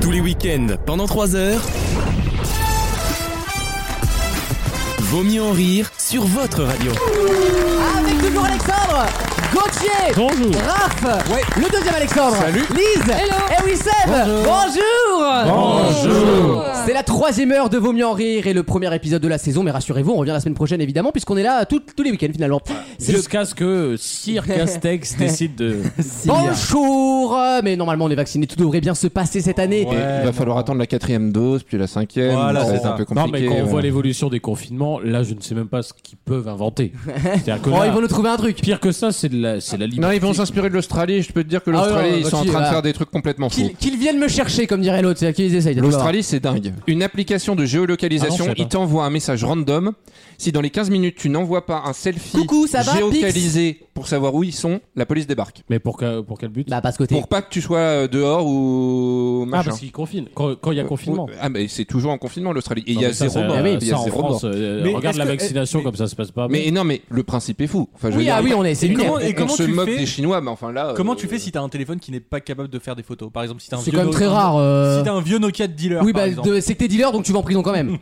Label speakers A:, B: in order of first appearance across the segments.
A: Tous les week-ends, pendant 3 heures. Vaut mieux en rire sur votre radio.
B: Avec toujours Alexandre, Gauthier,
C: Bonjour.
B: Raph, le deuxième Alexandre, Lise, et oui Seb, bonjour,
C: Bonjour.
B: C'est la troisième heure de Vaut mieux en rire et le premier épisode de la saison, mais rassurez-vous, on revient la semaine prochaine évidemment, puisqu'on est là tout- tous les week-ends finalement.
D: Ah,
B: C'est le
C: Jusqu'à ce que Sir Castex décide de.
D: hein.
B: bonjour, mais normalement on est vacciné, tout devrait bien se passer cette année. Oh,
D: Et il va falloir attendre la quatrième dose, puis la cinquième.
E: Voilà,
D: ça va
E: c'est
D: être un
E: ça.
D: peu
C: Non,
D: compliqué.
C: mais quand on voit
D: ouais.
C: l'évolution des confinements, là, je ne sais même pas ce qu'ils peuvent inventer. C'est-à-dire que
B: Oh,
C: là,
B: ils vont nous trouver un truc.
C: pire que ça, c'est de la, c'est de la liberté.
D: Non, ils vont s'inspirer de l'Australie. Je peux te dire que
B: Ah ouais,
D: l'Australie,
B: ouais,
D: ils sont en
C: bah
B: aussi,
D: train
B: là.
D: de faire des trucs complètement fous.
B: Qu'ils qu'ils viennent me chercher, comme dirait l'autre, c'est-à-dire qu'ils essayent.
D: L'Australie, c'est dingue. Une application de
C: Ah non, je
D: géolocalisation,
C: sais pas.
D: il t'envoie un message random. Si dans les 15 minutes, tu n'envoies pas un selfie
B: Coucou, ça va,
D: géolocalisé pour savoir où ils sont, la police débarque.
C: Mais pour, que- pour quel but
B: Bah parce que t'es...
D: Pour pas que tu sois euh, dehors ou
C: Ah,
D: machin.
C: parce qu'ils confinent. Quand quand il y a confinement.
D: Ah, mais c'est toujours en confinement, l'Australie. Et il y
C: Non,
D: a
C: mais ça,
D: zéro
C: ça,
D: mort.
C: euh,
D: Il y a
C: ça, en
D: zéro
C: France,
D: mort.
C: euh,
E: Mais
C: regarde
E: est-ce
C: la
E: que-
C: vaccination
E: mais-
C: comme ça se passe pas.
D: Mais non, mais le principe est fou. Enfin, je veux
B: Oui,
D: dire,
B: ah oui, on est, c'est
E: Et
B: lunaire.
E: comment-
D: on
E: comment
D: se
E: tu
D: moque
E: fais-
D: des Chinois, mais enfin là.
E: Comment
D: euh,
E: tu fais si t'as un téléphone qui n'est pas capable de faire des photos Par exemple, si t'as un
B: C'est
E: vieux
B: quand même
E: No-
B: très rare. euh.
E: Si t'as un vieux Nokia de dealer.
B: Oui,
E: par
B: bah,
E: exemple.
B: de- c'est que t'es dealer, donc tu vas en prison quand même.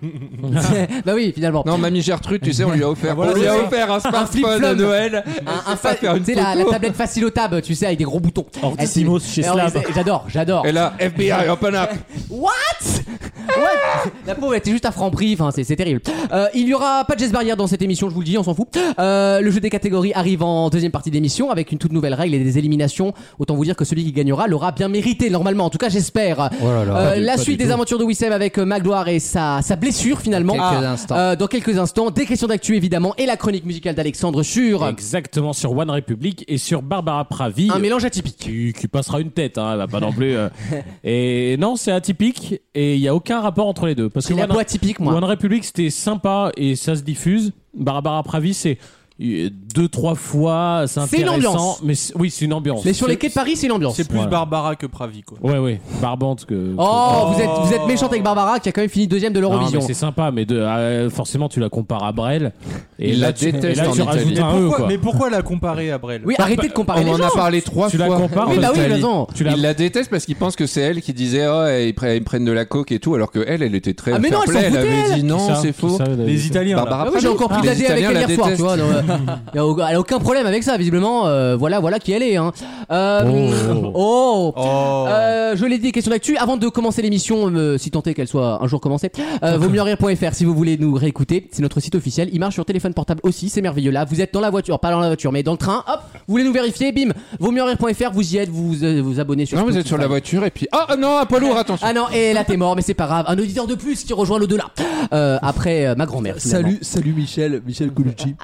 B: bah oui, finalement.
D: Non, mamie Gertrude, tu sais, on lui a offert,
E: voilà,
D: on lui
E: c'est
D: a
E: ça.
D: offert un smartphone à
B: flip-flop.
D: Noël.
B: un, un
D: sait pas
B: fa-
D: faire une
B: tu sais, la,
D: photo.
B: la tablette facile au tab, tu sais, avec des gros boutons.
C: Ortissimos
B: Elle-
C: chez
B: elle-
C: Slab.
B: elle- J'adore, j'adore.
D: Et là, FBI, open up.
B: What What La pauvre, elle était juste à franc prix, enfin, c'est c'est terrible. Euh, il y aura pas de geste barrière dans cette émission, je vous le dis, on s'en fout. Euh, le jeu des catégories arrive en deuxième partie d'émission avec une toute nouvelle règle et des éliminations. Autant vous dire que celui qui gagnera l'aura bien mérité, normalement, en tout cas, j'espère. Euh, la suite des aventures de Wissem avec euh, Magloire et sa, sa blessure finalement.
F: Dans quelques instants.
B: Euh, dans quelques instants, des questions d'actu évidemment et la chronique musicale d'Alexandre sur
C: Exactement sur One Republic et sur Barbara Pravi.
B: un mélange atypique.
C: qui, qui passera une tête, hein, elle va pas non plus. euh. Et non, c'est atypique et il y a aucun rapport entre les deux. Parce que
B: C'est la
C: One,
B: boîte typique moi.
C: One Republic c'était sympa et ça se diffuse. Barbara Pravi c'est euh, deux trois fois, c'est
B: C'est une
C: intéressant.
B: ambiance.
C: Mais c'est- oui, c'est une ambiance.
B: Mais sur les
C: C'est-
B: quais de Paris, c'est l'ambiance.
E: C'est plus
C: Voilà.
E: Barbara que Pravi, quoi.
C: Ouais, ouais, barbante que.
B: Oh,
E: Oh.
B: vous êtes vous êtes méchante avec Barbara qui a quand même fini deuxième de
C: que- Non, mais
B: l'Eurovision.
C: c'est sympa, mais de, euh, forcément tu la compares à Brel. Et
D: Il
C: là,
D: la
C: tu, et
D: déteste
C: là,
D: en
C: tu
D: Italie.
C: rajoutes
E: Mais
C: un E,
E: pourquoi,
C: quoi.
E: mais pourquoi la comparer à Brel
B: Oui, arrêtez de comparer
D: On
B: les
D: en
B: gens.
D: a parlé Ah, trois
C: tu
D: fois.
C: la compares.
B: Oui,
C: en
B: bah oui,
C: Italie.
B: raison.
C: Tu la
D: Il la déteste parce qu'il pense que c'est elle qui disait oh, ils, pre- ils prennent de la coke et tout, alors que elle, elle était très.
B: Ah, mais non,
D: fair-play,
B: elle s'en foutait,
D: avait dit
B: elle.
D: non, c'est faux.
C: Euh,
E: Les Italiens. là.
D: Barbara
B: Ah oui, j'ai
D: Pravi.
B: encore plus
D: Les
B: d'AD avec
D: Italiens
B: elle
D: la
B: hier soir, tu
D: détestent.
B: vois. non, euh, y a au- Elle a aucun problème avec ça, visiblement. euh, voilà, voilà qui elle est. Hein. Euh, oh.
E: Oh.
B: Euh, je l'ai dit, question d'actu. Avant de commencer l'émission, euh, si tant est qu'elle soit un jour commencée, euh, vaut mieux en rire.fr si vous voulez nous réécouter. C'est notre site officiel. Il marche sur téléphone portable aussi, c'est merveilleux. Là, vous êtes dans la voiture, pas dans la voiture, mais dans le train. Hop, vous voulez nous vérifier, bim. Vaut mieux en rire.fr, vous y êtes, vous euh, vous abonnez sur.
D: Non, vous êtes sur la
B: Spotify.
D: voiture et puis. Ah ah, non, un poids lourd, attention.
B: Ah non, et là t'es mort, mais c'est pas grave. Un auditeur de plus qui rejoint l'au-delà. Euh, après euh, ma grand-mère. finalement.
F: salut Michel, Michel Colucci.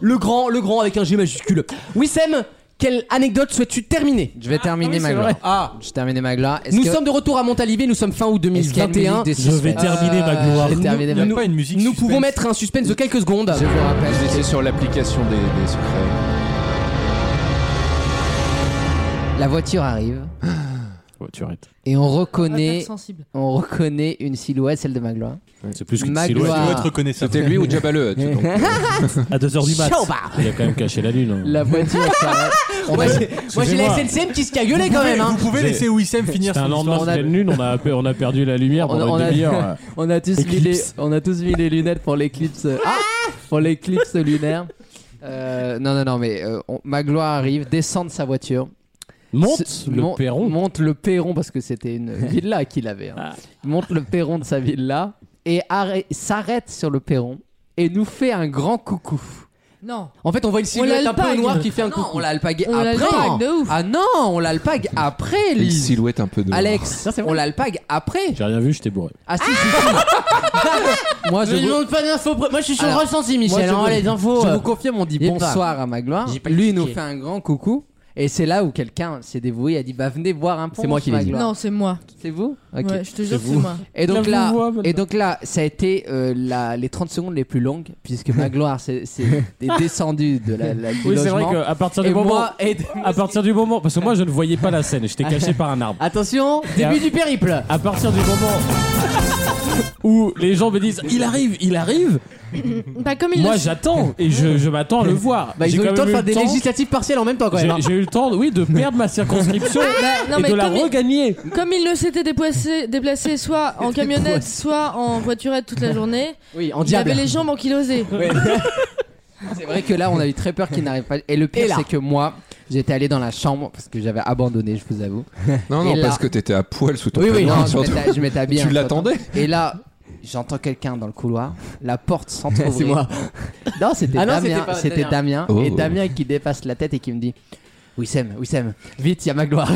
B: Le grand, le grand avec un G majuscule. Wissem, quelle anecdote souhaites-tu terminer
F: Je vais terminer ma gloire. Ah. Je terminer ma gloire. Est-ce
B: Nous
F: que-
B: sommes de retour à Montalivet, nous sommes fin août
F: est-ce qu'il y a une
B: 2021.
F: musique de
C: Je vais
F: suspense
C: terminer ma gloire.
F: Je vais terminer
E: Il n'y
F: ma
E: a
F: gloire.
E: pas une musique.
B: Nous pouvons
E: suspense.
B: mettre un suspense de quelques secondes.
F: Je vous rappelle.
D: Vous étiez sur l'application des, des secrets.
F: La voiture arrive
C: Voiturette.
F: et on reconnaît,
G: sensible.
F: on reconnaît une silhouette, celle de ma gloire.
C: C'est plus qu'une
F: Ma
C: silhouette.
E: Tu dois
F: gloire.
E: être reconnaissable.
D: C'était lui ou Jabba le Hutt, donc.
C: À 2h du mat.
B: Ciao, bah.
C: Il a quand même caché la lune. hein.
F: La voiture s'arrête. On
B: Moi
F: a-
B: j'ai- moi, j'ai la
C: Excusez-moi.
B: SNCM qui se cagueulait quand même. hein.
E: Vous pouvez laisser Wissem finir
C: C'était un
E: son histoire.
C: lendemain de
F: on a-
C: pleine lune, on a, on a perdu la lumière
F: On a-
C: pendant
F: on
C: une
F: a-
C: demi-heure.
F: On a tous mis les,
C: Éclipse.
F: on a tous mis les lunettes pour l'éclipse. Ah, pour l'éclipse lunaire. Euh, non non non mais euh, on- ma gloire arrive, descend de sa voiture,
C: Monte
F: Se-
C: le
F: mon-
C: perron.
F: monte le perron parce que c'était une villa qu'il avait. hein.
C: Ah.
F: Il monte le perron de sa villa et arrê- s'arrête sur le perron et nous fait un grand coucou.
G: Non.
B: En fait, on voit une silhouette un peu
G: l'alpague.
B: noire qui fait un
F: Non,
B: coucou.
F: on l'alpague
G: On
F: après.
G: l'alpague de ouf.
F: Ah non, on l'alpague après,
D: Une
F: Lise.
D: silhouette un peu de.
F: Alex, on l'alpague après.
C: J'ai rien vu, j'étais bourré.
F: Ah si, si, si. Moi, je
B: Mais ils
F: vous,
B: n'ont pas d'infos pré- Moi je suis sur le
F: Alors,
B: ressenti,
F: moi,
B: Michel.
F: je
B: hein,
F: vous-
B: les infos.
F: je
B: euh,
F: vous confirme, on dit
B: j'ai pas.
F: bonsoir à Magloire.
B: J'ai pas
F: Lui, il
B: cliqué.
F: nous fait un grand coucou. Et c'est là où quelqu'un s'est dévoué, a dit bah venez voir un pont.
B: C'est moi qui l'ai dit.
F: Magloire.
G: Non, c'est moi.
F: C'est vous Ok.
G: Ouais, je te jure, c'est moi.
F: Et donc
C: Là,
F: là,
C: je vous vois, maintenant.
F: et donc là, ça a été euh, la- les 30 secondes les plus longues puisque Magloire s'est s'est descendu de la, la du
C: Oui, c'est vrai
F: logement.
C: qu'à partir du
F: et
C: moment.
F: moi, et-
C: À partir du moment. Parce que moi, je ne voyais pas la scène, j'étais caché par un arbre.
B: Attention,
C: Et
B: début
C: à-
B: du périple.
C: À partir du moment où les gens me disent Il arrive, il arrive,
G: Bah, comme il
C: Moi,
G: le-
C: j'attends et je, je m'attends à le voir.
B: Bah,
C: J'ai
B: ils ont eu
C: quand
B: le temps de
C: même
B: faire
C: eu
B: des
C: le temps-
B: législatives partielles en même temps quand même.
C: j'ai- J'ai eu le temps, oui, de perdre ma circonscription
F: Ah,
G: Bah, non,
C: et
G: mais
C: de la
G: comme,
C: regagner.
G: il, comme il ne s'était déplacé, déplacé soit en camionnette, soit en voiturette toute la journée,
B: Oui, en
G: il
B: diable.
G: avait les jambes ankylosées.
F: C'est vrai que là, on a eu très peur qu'il n'arrive pas. Et le
B: Et
F: pire,
B: là.
F: c'est que moi, j'étais allé dans la chambre parce que j'avais abandonné, je vous avoue.
D: Non, non,
F: Et là-
D: parce que t'étais à poil sous ton
F: Oui, oui,
D: peignoir,
F: non, je
D: surtout.
F: m'étais- je m'étais bien.
D: Tu l'attendais
F: Et là, j'entends quelqu'un dans le couloir, la porte s'entrouvre.
B: C'est moi.
F: Non, c'était
B: Ah non, c'était
F: Damien.
B: pas
F: C'était Damien.
D: Oh.
F: Et Damien qui dépasse la tête et qui me dit Wissem, Wissem, vite, il y a Magloire.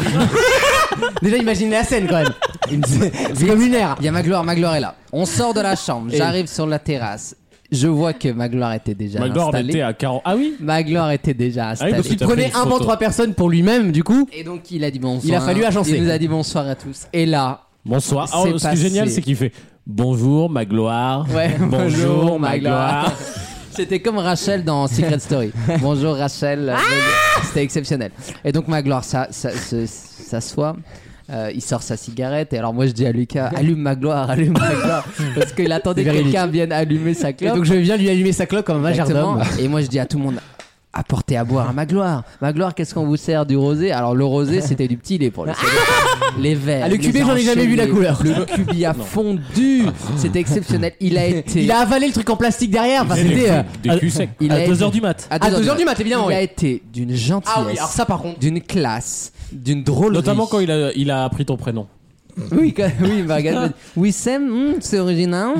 B: Déjà, imaginez la scène quand même. Il me disait- C'est comme une heure.
F: Il y a Magloire, Magloire est là. On sort de la chambre,
B: Et-
F: j'arrive sur la terrasse. Je vois que Magloire était déjà
C: Maldor était
F: installé.
C: à 40. Ah oui
F: Magloire était déjà installé.
C: parce qu'il
B: Il prenait un banc trois personnes pour lui-même, du coup.
F: Et donc il a dit bonsoir.
B: Il a fallu agencer.
F: Il nous a dit bonsoir à tous. Et là,
C: Bonsoir. Ah,
F: C'est
C: ce qui est génial,
F: passé.
C: c'est qu'il fait Bonjour, ma gloire.
F: Ouais,
C: Bonjour,
F: bonjour,
C: ma
F: ma
C: gloire.
F: c'était comme Rachel dans Secret Story. Bonjour Rachel.
B: Ah
F: Euh, c'était exceptionnel. Et donc Magloire ça, ça, se- s'assoit. Euh, il sort sa cigarette et alors moi je dis à Lucas allume Magloire, allume Magloire parce qu'il attendait
B: C'est
F: que
B: véridique.
F: quelqu'un vienne allumer sa
B: Et
F: clope.
B: donc, je viens lui allumer sa clope comme un
F: Exactement.
B: majordome.
F: Et moi je dis à tout le monde apportez à boire à Magloire. Magloire, qu'est-ce qu'on vous sert du rosé Alors le rosé, c'était du petit lait pour le Les verres.
B: Ah, le
F: les
B: cubé, j'en ai jamais vu la
F: enchaînés,
B: couleur. Ah.
F: Le cubi a fondu. C'était exceptionnel. Il a été
B: Il a avalé le truc en plastique derrière. Enfin,
C: Des
B: c'était. euh,
C: culs- des culs secs.
F: il
C: à
F: a
C: 2h du mat.
F: à
B: À 2h du mat, évidemment,
F: Il a
B: oui.
F: été d'une gentillesse,
B: Ah oui, alors ça, par contre.
F: d'une classe, d'une drôlerie.
C: Notamment quand il a, il a appris ton prénom.
F: Oui, quand... oui, bah, il m'a regardé. Oui, Sam, hum, c'est original.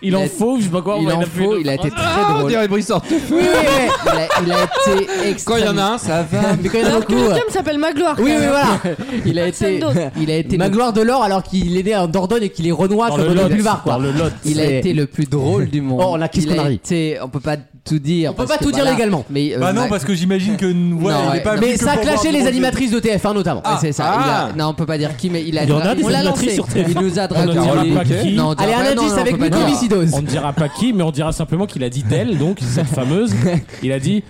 C: Il, en
F: a-
C: faut, je sais pas quoi.
F: il
C: on
F: en
C: a fait
F: faut,
C: une-
F: il a été très
D: Ah, on
F: drôle.
D: dirait Brissort.
F: Oui, il, a, il a été
D: Quand
F: extrêmement Ah,
D: il y en a un, ça va.
B: Mais quand il y en a
G: Alors que
B: beaucoup.
G: le
B: euh,
G: chum s'appelle Magloire.
B: Oui,
G: quand
B: oui,
G: même.
B: voilà.
F: il a été,
G: Personne
F: il a été
B: Ma
F: le
B: gloire de l'or alors qu'il est né en Dordogne et qu'il est renois
C: dans
B: comme
C: le
B: le
C: lot.
B: boulevard, quoi.
C: Dans le lot.
F: Il a
B: C'est-
F: été le plus drôle du monde.
B: Oh, là, qu'est-ce
F: Il
B: qu'on
F: a
B: arrive
F: été- On peut pas tout dire.
B: On peut
F: parce
B: pas
F: que
B: tout dire
F: voilà.
B: légalement.
F: Mais euh,
E: Bah non,
F: Mac-
E: parce que j'imagine que nous, voilà,
F: Non,
E: il est
F: ouais.
E: pas
F: Non,
E: venu
B: Mais
E: que
B: ça a
E: pour voir
B: clashé
E: du
B: les
E: rosé.
B: animatrices de TF1 notamment.
F: Ouais, c'est ça.
D: Ah.
E: bah
F: il a- Non, on peut pas dire qui, mais il a.
C: Il y en a des
F: on l'a lancé.
C: animatrices sur TF1.
F: Il nous a
C: On ne
F: dragué.
C: dira pas qui.
F: Non, on dira
B: Allez,
F: pas-
B: un
F: non,
B: indice
F: non, on
B: avec
F: peut pas dire.
B: mycoviscidose.
C: On ne dira pas qui, mais on dira simplement qu'il a dit d'elle, donc cette fameuse. Il a dit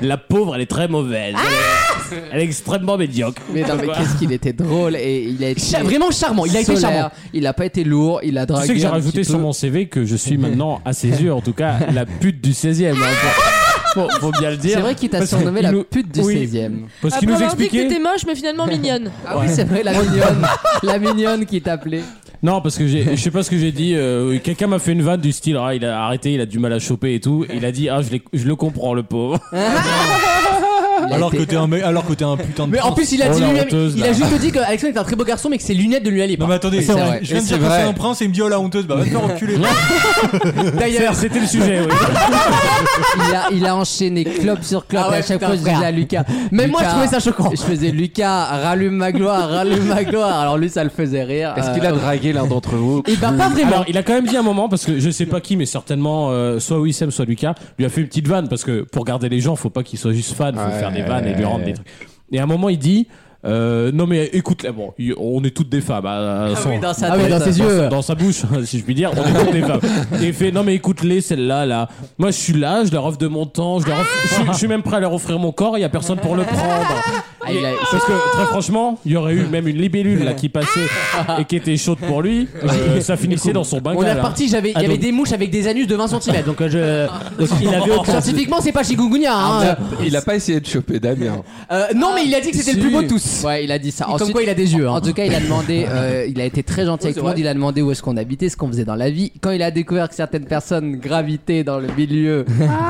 C: La pauvre, elle est très mauvaise. Elle est, elle est extrêmement médiocre.
F: Mais non, mais qu'est-ce qu'il était drôle et il a été.
B: Cha- Vraiment charmant, il a été
F: solaire,
B: charmant.
F: Il a pas été lourd, il a dragué.
C: Tu sais que j'ai
F: un
C: rajouté
F: petit
C: sur
F: peu.
C: mon CV que je suis maintenant, à ses yeux en tout cas, la pute du 16ème. hein, faut, faut- faut bien le dire.
F: C'est vrai qu'il t'a
C: Parce
F: surnommé
C: qu'il
F: la
C: nous-
F: pute du
C: oui.
F: 16ème.
C: Parce
G: Après
C: qu'il nous
G: avoir dit que
C: expliquait.
G: t'étais moche mais finalement mignonne.
F: Ah oui, c'est vrai, la mignonne. la mignonne qui t'appelait.
C: Non, parce que j'ai- je sais pas ce que j'ai dit. euh, Quelqu'un m'a fait une vanne du style Ah, il a arrêté, il a du mal à choper et tout. Il a dit Ah, je, l'ai- je le comprends, le pauvre.
F: Il a
E: Alors que
F: été-
E: t'es un mec, alors que t'es un putain de.
B: Mais en
E: prince.
B: plus, il a
C: Oh,
B: dit
C: la
B: lui-même,
C: honteuse,
B: il
C: là.
B: a juste dit que Alexandre était un très beau garçon, mais que ses lunettes ne lui allaient
E: Non,
B: pas.
E: mais attendez,
F: c'est vrai.
E: je viens
D: Et
E: de dire
D: c'est
E: que
D: vrai.
E: c'est un prince et il me dit oh la honteuse, bah va te faire enculer.
B: D'ailleurs,
C: C'était le sujet, oui.
F: il a, il a enchaîné clope sur clope
B: Ah ouais,
F: à chaque
B: putain,
F: fois je disais
B: frère.
F: à Lucas.
B: Même moi, je
F: Lucas,
B: trouvais ça choquant.
F: Je faisais Lucas, rallume ma gloire, rallume ma gloire. Alors lui, ça le faisait rire.
D: Est-ce
F: Euh,
D: qu'il a dragué l'un d'entre vous
B: et bah pas vraiment.
C: Alors, il a quand même dit un moment, parce que je sais pas qui, mais certainement euh, soit Wissem, soit Lucas, lui a fait une petite vanne, parce que pour garder les gens, faut pas qu'ils soient juste fans, faut
D: Ouais.
C: faire des vannes et lui rendre des trucs. Et à un moment, il dit euh, Non, mais écoute, là, bon, il- on est toutes des femmes. à- à son-
F: oui, dans sa
B: Ah oui,
F: tête.
B: dans ses
C: dans,
B: yeux.
C: sa- dans sa bouche, hein, si je puis dire, on est toutes des femmes. Et il fait Non, mais écoute-les, celle-là, là. Moi, je suis là, je leur offre de mon temps, je, leur offre- je suis- je suis même prêt à leur offrir mon corps, il y a personne pour le prendre.
F: Ah, il a-
C: Parce que très franchement, il y aurait eu même une libellule là qui passait et qui était chaude pour lui. Euh, ça finissait dans son bain.
B: On est reparti, j'avais, il y
C: Ah,
B: avait
C: donc-
B: des mouches avec des anus de 20 cm, donc euh, je. donc il avait autre- Scientifiquement, c'est pas chikungunya. hein.
F: Ah,
D: Il a pas essayé de choper Damien.
B: Euh, non, mais il a dit que c'était le plus beau de tous.
F: Ouais, il a dit ça.
B: Comme
F: Ensuite,
B: quoi, il a des yeux. hein.
F: En tout cas, il a demandé, euh, il a été très gentil
B: Oui,
F: avec
B: c'est
F: tout le monde,
B: vrai.
F: il a demandé où est-ce qu'on habitait, ce qu'on faisait dans la vie. Quand il a découvert que certaines personnes gravitaient dans le milieu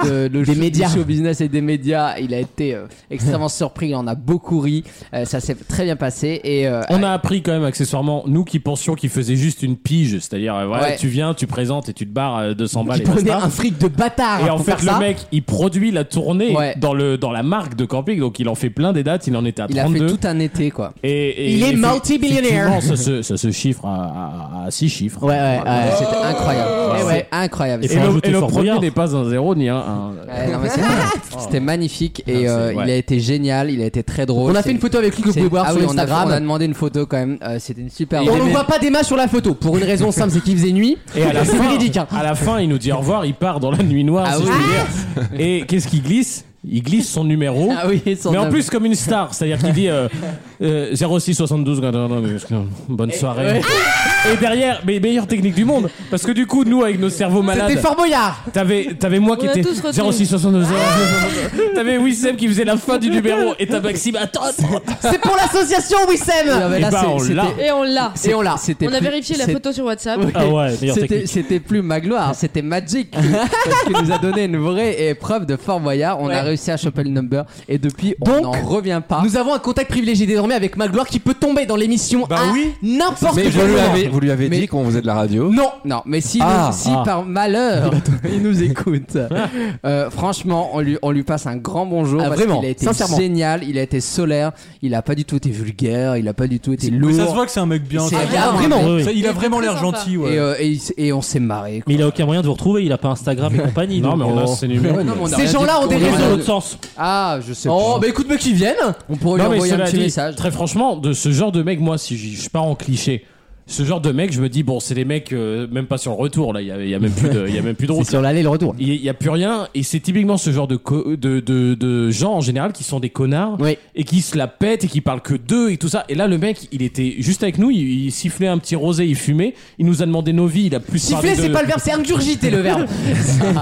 F: de,
B: Ah,
F: le
B: Des
F: show-
B: médias.
F: du show business et des médias, il a été euh, extrêmement surpris, il en a beaucoup ri, Euh, ça s'est très bien passé et euh,
C: On a appris quand même accessoirement, nous qui pensions qu'il faisait juste une pige, c'est-à-dire euh, voilà,
F: Ouais.
C: tu viens, tu présentes et tu te barres euh, 200
B: Ah,
C: balles
B: Il
C: et basta.
B: prenait un fric de bâtard.
C: Et
F: hein,
C: en
B: pour
C: fait,
B: faire
C: le
B: ça.
C: mec, il produit la tournée
F: Ouais.
C: dans, le, dans la marque de camping, donc il en fait plein des dates, il en était à
F: il a fait
C: 32.
F: tout un été quoi.
C: et, et-
B: Il est
C: et-
B: multi-billionaire.
C: effectivement, Ça se, ça se chiffre à, à, 6 chiffres.
B: Ouais, ouais, ouais.
F: C'était incroyable,
B: Ouais,
F: C'est
B: ouais.
F: incroyable.
C: Ah, oh. Et,
F: C'est-
C: le-
F: Ouais,
C: et le,
E: fort
C: premier
E: regard.
C: n'est pas un zéro ni un 1.
F: non, mais c'est- C'était magnifique et
C: c'est-
F: euh,
C: ouais.
F: il a été génial, il a été très drôle.
B: On a fait
F: C'est-
B: une photo avec lui que vous
F: c'est-
B: pouvez voir
F: ah
B: sur
F: oui, on a, on a
B: Instagram.
F: demandé une photo quand même. Euh, C'était une super.
B: Et on ne voit pas des masses sur la photo pour une raison simple, c'est qu'il faisait nuit.
C: Et à la,
B: C'est
C: fin,
B: véridique, hein.
C: à la fin, il nous dit au revoir, il part dans la nuit noire,
F: Ah
C: si je
F: oui.
C: puis dire. Et qu'est-ce qu'il glisse Il glisse son numéro.
F: Ah oui, son
C: mais en
F: homme.
C: plus, comme une star, c'est-à-dire qu'il dit euh, euh, 06 72 bonne soirée. Et derrière, mais meilleure technique du monde, parce que du coup, nous avec nos cerveaux malades,
B: C'était Fort Boyard
C: t'avais t'avais moi qui
G: On a
C: était
G: tous retenu.
C: 06 72 t'avais Wissem qui faisait la fin du numéro et t'as Maxime attends. attends.
B: C'est pour l'association
F: Non,
B: Wissem
F: mais
C: Et
F: là,
C: bah,
F: c'est-
C: on
F: c'était-
C: l'a.
G: Et on l'a.
F: c'est-
B: Et on l'a.
F: c'était
G: On a
F: plus-
G: vérifié la
F: c'est-
G: photo sur WhatsApp.
C: Ah ouais, meilleure
F: C'était
C: technique.
F: c'était plus Magloire, c'était Magic parce qu'il nous a donné une vraie épreuve de Fort Boyard. On
B: Ouais.
F: a réussi à choper le number et depuis on
B: Donc,
F: n'en revient pas.
B: Nous avons un contact privilégié désormais avec Magloire qui peut tomber dans l'émission
E: Bah
B: à
E: oui.
B: n'importe
D: Mais
B: quel
D: vous lui
B: moment.
D: avez, vous lui avez
F: Mais-
D: dit qu'on faisait de la radio.
B: Non
F: Non, mais si,
D: Ah,
F: si
C: ah.
F: par malheur il nous écoute, euh, franchement, on lui, on lui passe un grand bonjour.
B: Ah,
F: parce
B: vraiment,
F: qu'il a été
B: sincèrement.
F: génial, il a été solaire, il a pas du tout été vulgaire, il a pas du tout été
E: Mais ça se
F: lourd.
E: voit que c'est un mec bien.
F: C'est
E: ça.
F: agréable,
B: vraiment.
E: Ça,
C: Oui, oui.
E: Il a
G: Il est
E: vraiment
G: très
E: l'air
G: sympa.
E: gentil.
F: Et,
E: Ouais.
F: euh, et il s- et on s'est marré. quoi.
H: Mais il a aucun moyen de vous retrouver, il a pas Instagram et compagnie.
C: Non,
H: donc, euh,
C: mais on a ses numéros.
F: Ouais, non, mais on a
B: Ces
F: rien
B: gens-là
F: dit-
B: ont des
F: on a
H: Ils vont
B: réseaux.
F: rien
H: dans
F: dit-
H: l'autre sens.
F: Ah, je sais
B: Oh,
F: pas.
B: bah écoute, mais qu'ils viennent
F: On pourrait lui
C: Non, mais
F: envoyer un
C: cela
F: petit
C: dit,
F: message.
C: Très franchement, de ce genre de mec, moi, si j'y- je pars en cliché, ce genre de mec, je me dis, bon, c'est des mecs, euh, même pas sur le retour, là, il y a, il y a même plus de, il y a même plus de route.
B: sur l'aller et le retour.
C: Il n'y a plus rien, et c'est typiquement ce genre de, co- de, de, de gens en général qui sont des connards
B: Oui.
C: et qui se la pètent et qui parlent que d'eux et tout ça. Et là, le mec, il était juste avec nous, il, il sifflait un petit rosé, il fumait, il nous a demandé nos vies, il a plus
B: Siffler,
C: parlé de...
B: c'est pas le verbe, c'est ingurgiter le verbe.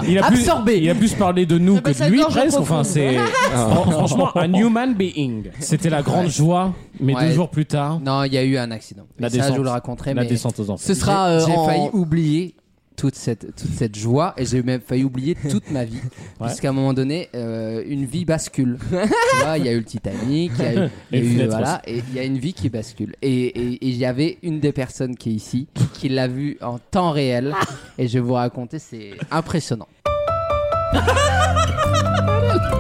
C: il a plus,
B: Absorber.
C: Il a plus parlé de nous
G: Ça
C: que
G: passe la
C: de lui,
G: gorge
C: presque. Enfin,
G: profonde.
C: c'est fran- franchement un human being. C'était la grande joie, mais
F: Ouais.
C: deux jours plus tard,
F: Non, il y a eu un accident.
C: La
F: Mais ça,
C: descente.
F: je vous le raconterai.
C: la
F: mais
C: descente aux enfers.
B: Ce sera euh,
F: J'ai- J'ai
B: en-
F: failli oublier toute cette, toute cette joie et j'ai même failli oublier toute ma vie. Puisqu'à un moment donné, euh, une vie bascule. tu vois, il y a eu le Titanic, il y a eu. il y a
C: Et
F: eu,
C: fenêtre
F: voilà, et il y a une vie qui bascule. Et et- et il y avait une des personnes qui est ici qui l'a vue en temps réel. Et je vais vous raconter, c'est impressionnant.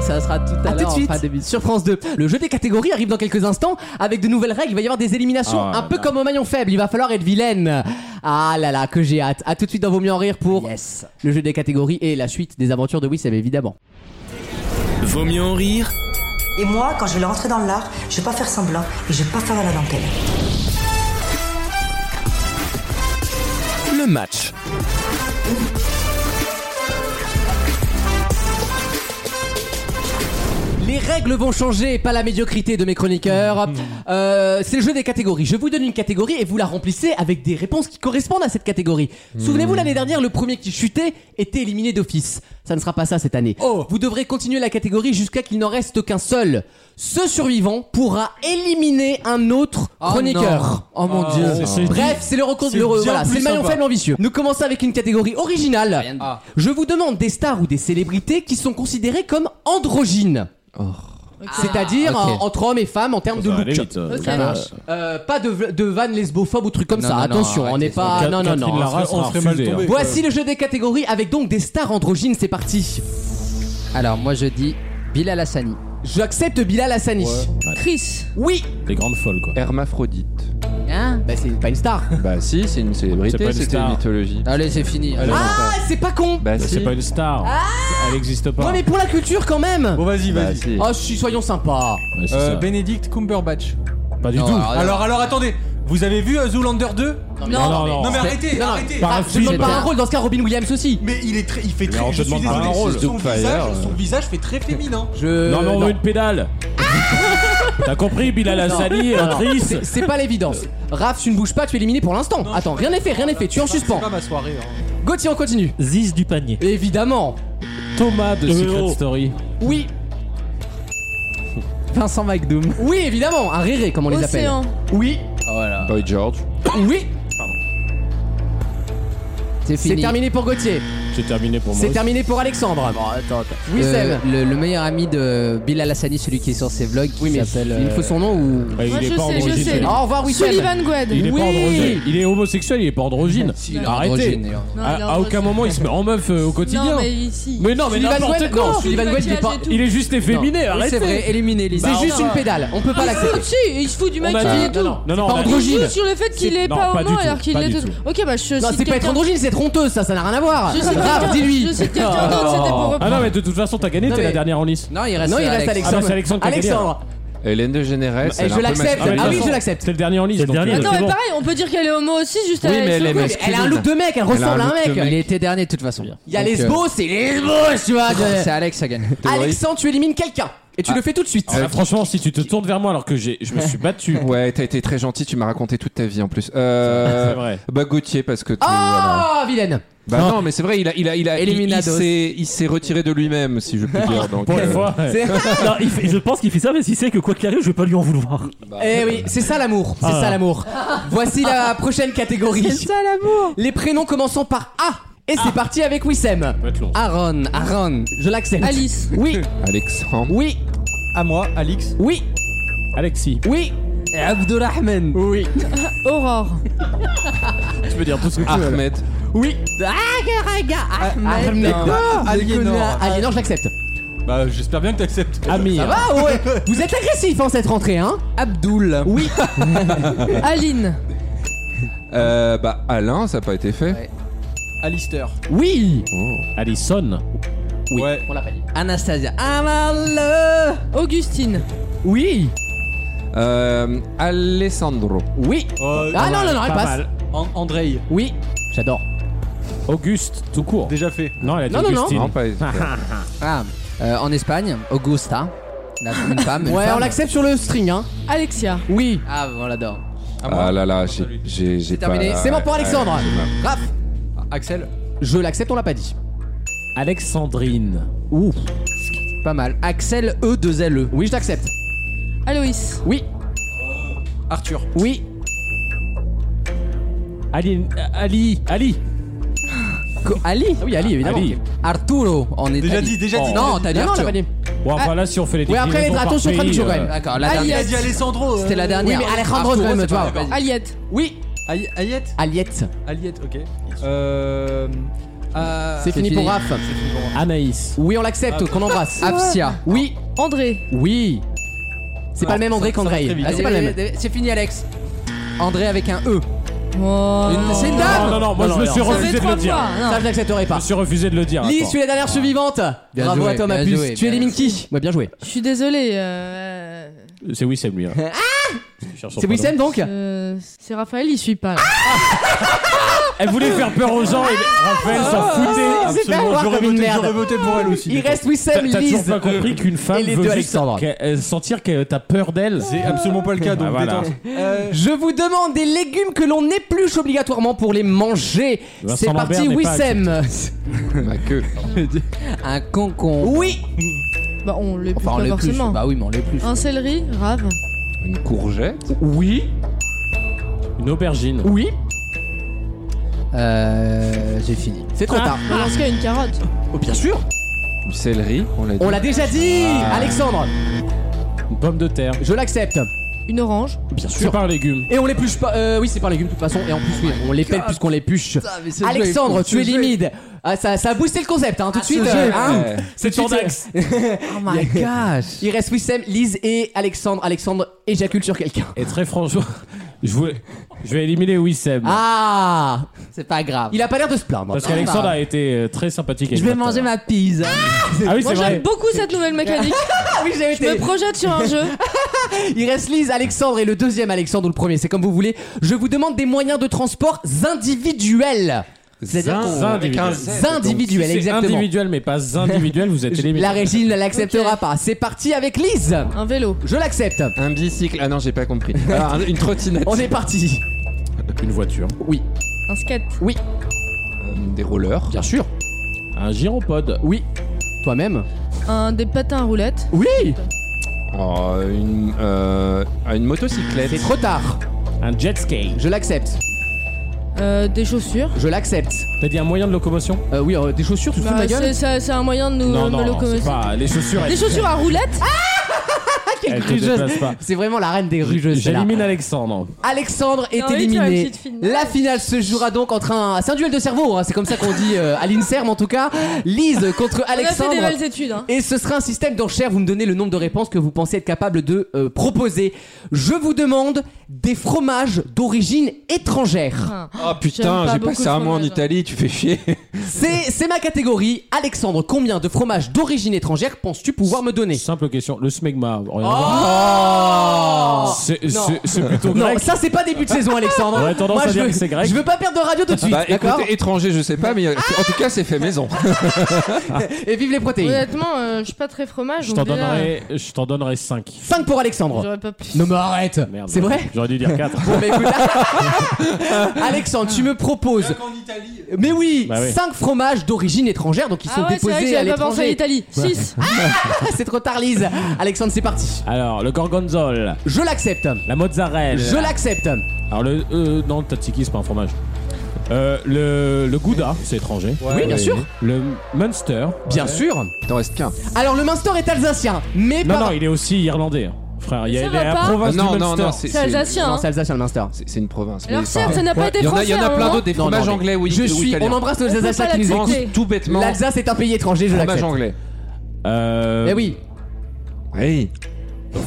F: Ça sera tout à
B: À tout de
F: l'heure en
B: suite
F: fin d'émission.
B: sur France 2. Le jeu des catégories arrive dans quelques instants avec de nouvelles règles. Il va y avoir des éliminations,
C: Ah,
B: un peu comme au maillon faible. Il va falloir être vilaine. Ah là là, que j'ai hâte. À tout de suite dans Vos mieux en rire pour
F: Yes.
B: le jeu des catégories et la suite des aventures de Wissem évidemment.
A: Vaut mieux en rire
I: Et moi, quand je vais rentrer dans l'art, je vais pas faire semblant et je vais pas faire à la dentelle.
A: le match.
B: Les règles vont changer, pas la médiocrité de mes chroniqueurs.
F: Hmm.
B: Euh, c'est le jeu des catégories. Je vous donne une catégorie et vous la remplissez avec des réponses qui correspondent à cette catégorie.
F: Hmm.
B: Souvenez-vous, l'année dernière, le premier qui chutait était éliminé d'office. Ça ne sera pas ça cette année.
F: Oh.
B: Vous devrez continuer la catégorie jusqu'à qu'il n'en reste qu'un seul. Ce survivant pourra éliminer un autre chroniqueur.
F: Ah Oh mon
E: Ah,
F: dieu.
E: c'est-
C: c'est-
B: Bref, c'est le recours
E: C'est
B: le-
E: bien
B: voilà,
E: plus
B: c'est le maillon
E: sympa.
B: faible ambitieux. Nous commençons avec une catégorie originale.
F: Ah.
B: Je vous demande des stars ou des célébrités qui sont considérées comme androgynes. C'est-à-dire
F: Ah, ok.
B: en- entre hommes et femmes en termes de
C: Allez,
B: look.
C: vite, euh,
G: Ok.
F: Ça marche.
B: Euh, pas de, v- de vannes lesbophobes ou trucs comme
F: Non,
B: ça.
F: non, non,
B: Attention, on
F: arrêtez,
B: n'est pas.
C: Cat-
B: Ah, Non, non,
C: Catherine
B: non.
C: Lara
E: on
C: sera
E: serait mal
C: refusée,
E: tombé.
B: Voici le jeu des catégories avec donc des stars androgynes. C'est parti.
F: Alors moi je dis Bilal Hassani.
B: J'accepte Bilal Hassani.
G: Chris.
B: Oui.
C: hein. Les grandes folles, quoi.
D: Hermaphrodite.
F: Hein
B: Bah c'est pas une star.
D: Bah si, c'est une
C: C'est pas
D: célébrité,
C: une
D: c'était
C: star.
D: une mythologie.
F: Allez, c'est fini.
D: Elle est
B: Ah, c'est pas con.
D: Bah
C: Mais
D: si.
C: C'est pas une star. Elle existe pas.
B: Non mais pour la culture quand même.
E: Bon, vas-y,
D: Bah
E: vas-y.
D: si.
B: Oh, si, soyons sympas.
C: Ouais, c'est
E: Euh,
C: ça.
E: Benedict Cumberbatch.
C: Pas du
F: Non,
C: tout.
F: alors-
E: Alors, alors, attendez. Vous avez vu euh, Zoolander 2
C: non, non,
E: Non, mais
B: c'est-
E: arrêtez,
B: non, non.
E: arrêtez.
C: Oh, Par
B: Ah,
C: un
B: je demande
C: film.
B: pas un rôle dans ce cas Robin Williams aussi.
E: Mais il est très, il fait
C: Mais on
E: très.
C: te
E: Je suis
C: demande pas
E: désolé,
C: un rôle.
E: son
D: Doomfire,
E: visage,
D: euh.
E: son visage fait très féminin.
B: Je.
C: non, mais on veut une pédale. T'as compris, Bilal Hassani,
B: Non, non,
C: actrice.
B: c'est- C'est pas l'évidence. Raph, tu ne bouges pas, tu es éliminé pour l'instant. Attends, rien n'est fait, rien n'est fait. Tu es en suspens.
E: C'est pas ma soirée. hein.
B: Gauthier, on continue.
H: Ziz du panier.
B: Évidemment.
C: Thomas de Secret
H: oh.
C: Story.
B: Oui,
F: Vincent McDoom.
B: oui, évidemment. Un réré, comme on les appelle.
G: Océan.
B: Oui,
D: Boy George.
B: oui.
F: C'est
B: C'est
F: fini.
B: terminé pour Gauthier.
C: C'est terminé pour moi.
B: C'est terminé pour Alexandre. Oui,
F: Euh,
B: Seb.
F: le, le meilleur ami de Bilal Hassani, celui qui est sur ses vlogs, qui
B: Oui, mais
F: s'appelle.
B: il faut
F: euh,
B: son nom ou.
C: Bah, il
G: Moi,
C: est
G: je
C: pas
G: sais, je
C: androgyne.
G: sais.
B: Au revoir, Wissem.
G: Sullivan Guad.
C: Il est
B: Oui.
C: pas androgyne. Il est homosexuel, il est pas androgyne. Arrêtez.
F: androgyne, d'ailleurs.
G: Non,
C: À,
G: il est
C: à aucun
G: androgyne.
C: moment il se met en meuf euh, au quotidien.
G: Non, mais ici.
C: Mais non, mais
B: Sullivan
C: n'importe
B: Webb,
C: quoi.
B: non, Sullivan Webb, il est pas.
G: Maquillage et tout.
C: Il est juste efféminé,
F: Oui,
C: arrêtez.
F: C'est vrai, éliminer les
B: C'est juste une pédale. On peut pas
G: Ah,
B: l'accepter.
G: si, il se fout du mec
C: On a
G: qui
C: dit-
G: est tout.
C: non, non, non,
B: pas
C: on a-
B: androgyne.
G: Il joue sur le fait qu'il
C: C'est-
G: est
C: non,
G: pas
C: pas du
G: homo
C: tout,
G: alors qu'il
C: pas
G: l'est
C: du
G: tout.
C: tout.
G: Ok, bah je
B: Non, c'est
G: cite
B: pas être
G: quelqu'un.
B: androgyne, c'est être honteuse, ça, ça n'a rien à voir.
G: Je cite
B: Grave,
G: quelqu'un-
B: dis-lui.
G: Je cite quelqu'un d'autre, c'était pour
C: Ah non,
G: reprendre.
C: mais de toute façon, t'as gagné,
B: Non,
C: t'es
B: mais-
C: la dernière en lice.
F: Non, il reste.
B: Non, il reste
F: Alex.
B: Alexandre.
C: Ah bah, c'est Alexandre qui a gagné,
B: Alexandre.
D: Hélène de Généresse.
B: Eh, je l'accepte.
C: mais
B: Ah
C: de
B: oui,
C: toute
B: je
C: façon,
B: l'accepte.
C: C'est le dernier en liste.
H: C'est le
C: donc,
H: dernier,
C: euh,
H: donc.
G: Attends,
H: c'est
G: mais
H: bon.
G: pareil, on peut dire qu'elle est homo aussi, juste
D: Oui,
G: avec
D: mais elle
G: son
D: est
G: couple.
D: masculine.
B: Elle a un look de mec, elle ressemble à un
D: look de
B: mec.
F: Il était dernier de toute façon.
B: Il y a
F: Donc,
B: lesbo, c'est lesbo, tu vois.
F: euh, C'est Alex qui a gagné.
B: Alexandre, tu élimines quelqu'un. Et tu le fais tout de suite.
C: Alors là, Euh, franchement, si tu te tournes vers moi alors que j'ai, je me suis battu.
D: Ouais, t'as été très gentil, tu m'as raconté toute ta vie en plus. Euh,
C: C'est vrai.
D: Bah Gauthier, parce que... tu- voilà.
B: Ah, vilaine
D: Bah non. mais c'est vrai, il a, il a, il a, il- il,
B: Eliminados.
D: s'est, il s'est retiré de lui-même, si je puis dire. Donc,
C: Pour
D: euh,
C: une fois. ouais.
H: Non, il fait- je pense qu'il fait ça parce qu'il sait que quoi qu'il arrive, je vais pas lui en vouloir.
B: Eh oui, c'est ça l'amour, c'est
H: Ah.
B: ça l'amour. Voici la prochaine
G: C'est
B: catégorie.
G: ça l'amour
B: Les prénoms commençant par A. Et c'est parti avec Wissem.
C: Ça va être long.
B: Aaron, Aaron, je l'accepte.
G: Alice.
B: Oui,
D: Alexandre.
B: oui,
E: À moi, Alix.
B: oui,
C: Alexis.
B: oui. Abdurrahman. Oui,
G: Aurore.
C: Tu peux dire tout ce que tu veux.
D: Ahmed.
B: oui. Ah, Garaga. Ahmed.
E: Aliénor.
B: Aliénor.
E: Aliénor. Ah,
B: Aliénor, je l'accepte.
E: Bah, j'espère bien que t'acceptes.
B: Ça
C: Amir.
B: va, ouais. Vous êtes agressif en cette rentrée, hein
E: Abdoul.
B: Oui.
G: Aline.
D: Euh, bah Alain, ça n'a pas été fait. Oh.
E: Alistair.
B: Oui.
C: Alison.
B: Oui.
E: Ouais.
B: On l'a pas dit.
F: Anastasia. Amale.
G: Augustine.
B: Oui.
D: Euh, Alessandro.
B: Oui.
E: Euh,
B: Ah non, non, non, elle
C: Pas
B: passe.
C: mal.
E: An- Andrei.
B: Oui. J'adore.
C: Auguste, tout court.
E: Déjà fait.
C: Non, elle a dit
B: Non, non, non.
C: Augustine.
D: Non, pas
F: Ah, euh, en Espagne, Augusta. La une femme. une
B: Ouais,
F: femme.
B: on l'accepte sur le string, hein.
G: Alexia.
B: Oui.
F: Ah, on l'adore.
D: Ah là là, j'ai, j'ai, j'ai pas.
B: Terminé. C'est bon pour Alexandre. Raph.
E: Axel.
B: Je l'accepte, on l'a pas dit.
C: Alexandrine.
B: Ouh.
F: Pas mal. Axel E E2LE.
B: Oui, je l'accepte.
G: Aloïs.
B: Oui.
E: Arthur.
B: Oui.
C: Ali. Ali. Ali.
B: Ali Ah oui, Ali, évidemment.
C: Ali.
F: Arturo, en Italie.
E: Déjà dit, déjà dit.
F: Oh. Non, t'as dit
B: Non, non, on l'a
F: Arthur.
B: pas dit.
C: Bon, enfin là, si on fait les
B: Ah. Ouais, après,
C: déclinaisons par
B: attention,
C: pays,
B: traduction quand
C: euh,
B: même.
F: D'accord, la
G: Alias.
E: Il a
F: dernière.
E: dit Alessandro.
F: C'était la
B: Oui,
F: dernière.
B: mais Alejandro, quand même, tu vois.
G: Aliette.
B: Oui.
E: Ayette.
B: Aliette.
F: Ah,
E: Aliette, ok. Euh. euh,
B: C'est fini
F: fini. Ah.
B: pour Raph.
C: Anaïs.
B: Oui, on l'accepte,
E: Ah.
B: qu'on embrasse.
F: Absia.
B: Oui.
G: André.
B: Oui. C'est pas le même André
E: Ah, ça va très
B: qu'André.
E: vite,
B: Ah, C'est
F: Vas-y,
B: pas le même.
F: vas-y, Eh, C'est fini, Alex. André avec un E.
G: Oh.
F: Une- C'est une
C: Non,
F: dame.
C: non, non, moi je me suis
G: Ça fait
C: refusé de
G: trois
C: le dire.
G: fois.
B: Ça,
G: Non.
B: je l'accepterai
C: Je
B: pas.
C: me suis refusé de le dire.
B: Lise,
C: attends.
B: tu es la dernière survivante.
F: Ah. Bien
B: Bravo
F: joué,
B: à toi, ma
F: bien
B: puce.
F: joué,
B: tu
F: bien
B: élimines qui Ouais, bien joué.
G: Je suis désolée. euh,
C: C'est Wissem lui. hein. Je cherche
B: Ah
C: son
B: C'est
C: prénom.
B: Wissem donc
G: euh, C'est Raphaël, il suit pas. là.
C: Elle voulait faire peur aux gens et Raphaël s'en foutait.
B: Ah Oh, C'est pas
C: absolument.
B: voir
C: J'aurais
B: comme une
C: voté-
B: merde.
E: voté pour elle aussi.
B: Il reste Wissem,
C: T'as t'as toujours
B: Lise.
C: pas compris qu'une femme
B: et les
C: veut
B: deux
C: juste
B: Alexandre.
C: qu'elle- elle sentir que t'as peur d'elle.
E: C'est absolument pas le cas, donc
C: Ah, voilà.
E: détente.
B: Je vous demande des légumes que l'on épluche obligatoirement pour les manger.
C: Vincent
B: C'est
C: Lambert
B: parti,
C: n'est pas
B: Wissem.
D: Ma queue.
F: Un concombre.
B: Oui.
G: Bah, on le
F: Enfin, on
G: pas
F: l'épluche.
G: forcément.
F: Bah oui, mais on l'épluche.
G: Un céleri, rave.
D: Une courgette.
B: Oui.
C: Une aubergine.
B: Oui.
G: Oh.
F: Euh. J'ai fini.
B: C'est trop tard.
G: Bah, Dans ce cas, une carotte.
B: Oh, bien sûr.
D: Du céleri. On l'a dit.
B: On l'a déjà dit.
F: Ah.
B: Alexandre,
C: Une pomme de terre.
B: je l'accepte.
G: Une orange.
B: Bien
C: C'est pas un légume.
B: Et on l'épluche pas. Euh, oui, c'est par légumes de toute façon. Et en plus, oui, on les pèle plus qu'on les puche. Alexandre, tu élimines. Ah, ça, ça a boosté le concept, hein, tout de suite.
F: jeu.
B: euh, hein.
D: Ouais.
C: C'est
B: ton axe.
F: Oh my gosh.
B: Il reste Wissem, Lise et Alexandre. Alexandre éjacule sur quelqu'un.
C: Et très franchement, je voulais, je vais éliminer Wissem.
B: Ah
F: C'est pas grave.
B: Il a pas l'air de se plaindre.
C: Parce qu'Alexandre a été euh, très sympathique.
F: Je vais manger ma pizza.
C: Ah oui,
G: Moi,
C: c'est
G: j'aime
C: vrai.
G: beaucoup cette nouvelle mécanique.
B: Ah oui, j'ai
G: Je me
B: été.
G: projette sur un jeu.
B: Il reste Lise, Alexandre et le deuxième Alexandre ou le premier, c'est comme vous voulez. Je vous demande des moyens de transport individuels. C'est-à-dire qu'on-
C: Individuel.
B: individuels,
C: Si c'est
B: exactement.
C: individuel, mais pas individuel, vous êtes éliminé.
B: La régie ne l'acceptera
G: Ok.
B: pas. C'est parti avec Lise.
G: Un vélo.
B: Je l'accepte.
D: Un bicycle. Ah non, j'ai pas compris. Ah, un- une trottinette.
B: On est parti.
C: Une voiture.
B: Oui,
G: Un skate.
D: Euh, Des rollers.
B: bien sûr.
C: Un gyropode.
B: Oui. Toi-même
G: Un des patins à roulettes.
B: Oui.
D: Oh, une, euh, une motocyclette.
B: C'est trop tard.
C: Un jet ski.
B: Je l'accepte.
G: Euh, des chaussures.
B: Je l'accepte.
C: T'as dit un moyen de locomotion
B: Euh, oui, euh, des chaussures, tu te fous de
G: Bah,
B: ma gueule
G: c'est ça- c'est un moyen de nous
C: Non, non,
G: me
C: non, c'est
G: locomotiver.
C: pas. Les chaussures,
G: Des
C: elles,
G: chaussures à roulettes.
C: elles te
B: Rugeuse.
C: déplacent pas.
B: C'est vraiment la reine des rugeuses. celle-là.
C: J'élimine Alexandre.
B: Alexandre est
G: Ah oui, tu as une
B: éliminé.
G: petite finale.
B: La finale se jouera donc entre un. C'est un duel de cerveau, hein, c'est comme ça qu'on dit euh, à l'INSERM en tout cas. Lise contre
G: On a fait des belles
B: Alexandre.
G: études. Hein.
B: Et ce sera un système d'enchères. Vous me donnez le nombre de réponses que vous pensez être capable de euh, proposer. Je vous demande des fromages d'origine étrangère.
G: Enfin,
D: Ah
G: J'aime
D: putain,
G: pas
D: j'ai
G: beaucoup
D: passé
G: le
D: un mois en
G: fromage. hein.
D: Italie, tu fais chier.
B: C'est c'est ma catégorie. Alexandre, combien de fromages d'origine étrangère penses-tu pouvoir me donner
C: Simple question. Le smegma. rien
B: Oh
C: C'est
B: Non.
C: c'est- c'est plutôt
B: Non,
C: grec.
B: ça c'est pas début de saison, Alexandre.
C: J'aurais tendance
B: Moi,
C: à
B: je
C: dire
B: veux-
C: que c'est grec.
B: Je veux pas perdre de radio tout de suite,
D: Bah
B: d'accord
D: écoutez, étranger, je sais pas, mais en tout cas, c'est fait maison.
B: Et vive les protéines.
G: Honnêtement, euh, je suis pas très fromage.
C: Je
G: donc
C: t'en
G: déjà,
C: donnerai, je t'en donnerai 5.
B: 5 pour Alexandre.
G: J'aurais pas plus.
B: Non mais arrête. C'est vrai
C: J'aurais dû dire 4.
B: Bon, bah, écoute, Alexandre, tu me proposes.
E: En Italie.
B: Mais oui,
C: Bah oui.
B: 5 fromages d'origine étrangère, donc ils sont
G: Ah ouais, c'est vrai que
B: déposés à
G: j'avais pas pensé à
B: l'étranger. Ah,
G: l'Italie. 6.
B: c'est trop tard, Lise. Alexandre, c'est parti.
C: Alors, le gorgonzole,
B: Je l'accepte.
C: la mozzarella.
B: Je l'accepte.
C: Alors, le. euh, non, le tzatziki, c'est pas un fromage. Euh, le, le gouda, c'est étranger.
B: oui, bien sûr.
C: Le Munster.
B: Bien sûr.
D: Il t'en reste qu'un.
B: Alors, le Munster est alsacien, mais
C: Non,
B: pas.
C: non, il est aussi irlandais, hein, frère. Il y a
G: Ça
C: il y a
G: va
C: la
G: pas
C: province
D: Ah, non,
C: du
D: non,
C: Munster.
D: non,
G: C'est alsacien.
B: Ah, Non,
G: hein.
B: c'est alsacien le Munster.
D: c'est- c'est une province. mais
G: Alors
D: c'est
G: certes,
D: pas-
G: ça n'a pas
D: Ouais,
G: été
D: Il y en a-
G: français. hein.
D: il y en a
G: à un
D: plein
G: moment.
D: d'autres, des
B: hein, Non, non,
D: fromages
B: non.
D: anglais, oui.
B: Je
D: ou
B: suis.
D: italiens.
B: On embrasse nos
G: On peut
B: Alsaciens
G: pas
B: qui nous
G: l'accepter.
B: écoutent.
D: France, tout bêtement.
B: L'Alsace est un pays étranger, je
D: Fromage
B: l'accepte.
D: anglais.
C: Euh,
B: Mais Eh oui,
D: Oui.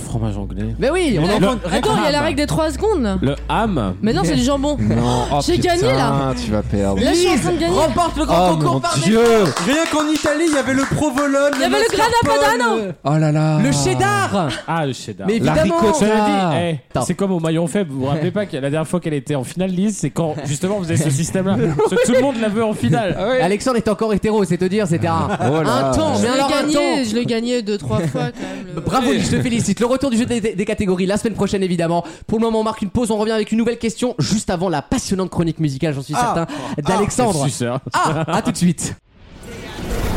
C: Fromage anglais.
B: mais oui, on
G: Oh,
B: en
C: Le,
G: Attends, il y a la règle des 3 secondes.
C: le ham.
G: Mais non, c'est du jambon.
D: Non, oh,
G: J'ai gagné,
D: putain, Tu vas perdre.
G: Là, je suis en train hein, de gagner.
B: remporte le grand
D: Oh mon
B: concours par des-
D: dieu
E: Rien qu'en Italie, il y avait le provolone.
G: Il y avait le grana padano.
D: Oh là là
B: Le cheddar
C: Ah, le cheddar.
B: Mais
D: La
B: évidemment
D: ricotta.
C: Cela dit, eh,
B: Attends.
C: c'est comme au maillon faible. Vous vous rappelez pas que la dernière fois qu'elle était en finale, Lise, c'est quand justement vous avez ce système-là. Parce que Tout le monde la veut en
B: Ah
C: finale.
B: Alexandre est encore hétéro, c'est te dire, c'était un,
D: Eh. Oh là.
B: un temps, mais
G: Je l'ai
B: alors un
G: gagné,
B: temps
G: je l'ai gagné deux, trois fois quand même. le-
B: Bravo,
D: Eh.
B: Nick, je te félicite. Le retour du jeu des, des catégories la semaine prochaine, évidemment. Pour le moment, on marque une pause. On revient avec une nouvelle question juste avant la passionnante chronique musicale, j'en
D: Ah.
B: suis certain, d'Alexandre.
C: Je suis sûr.
B: Ah, à tout de suite.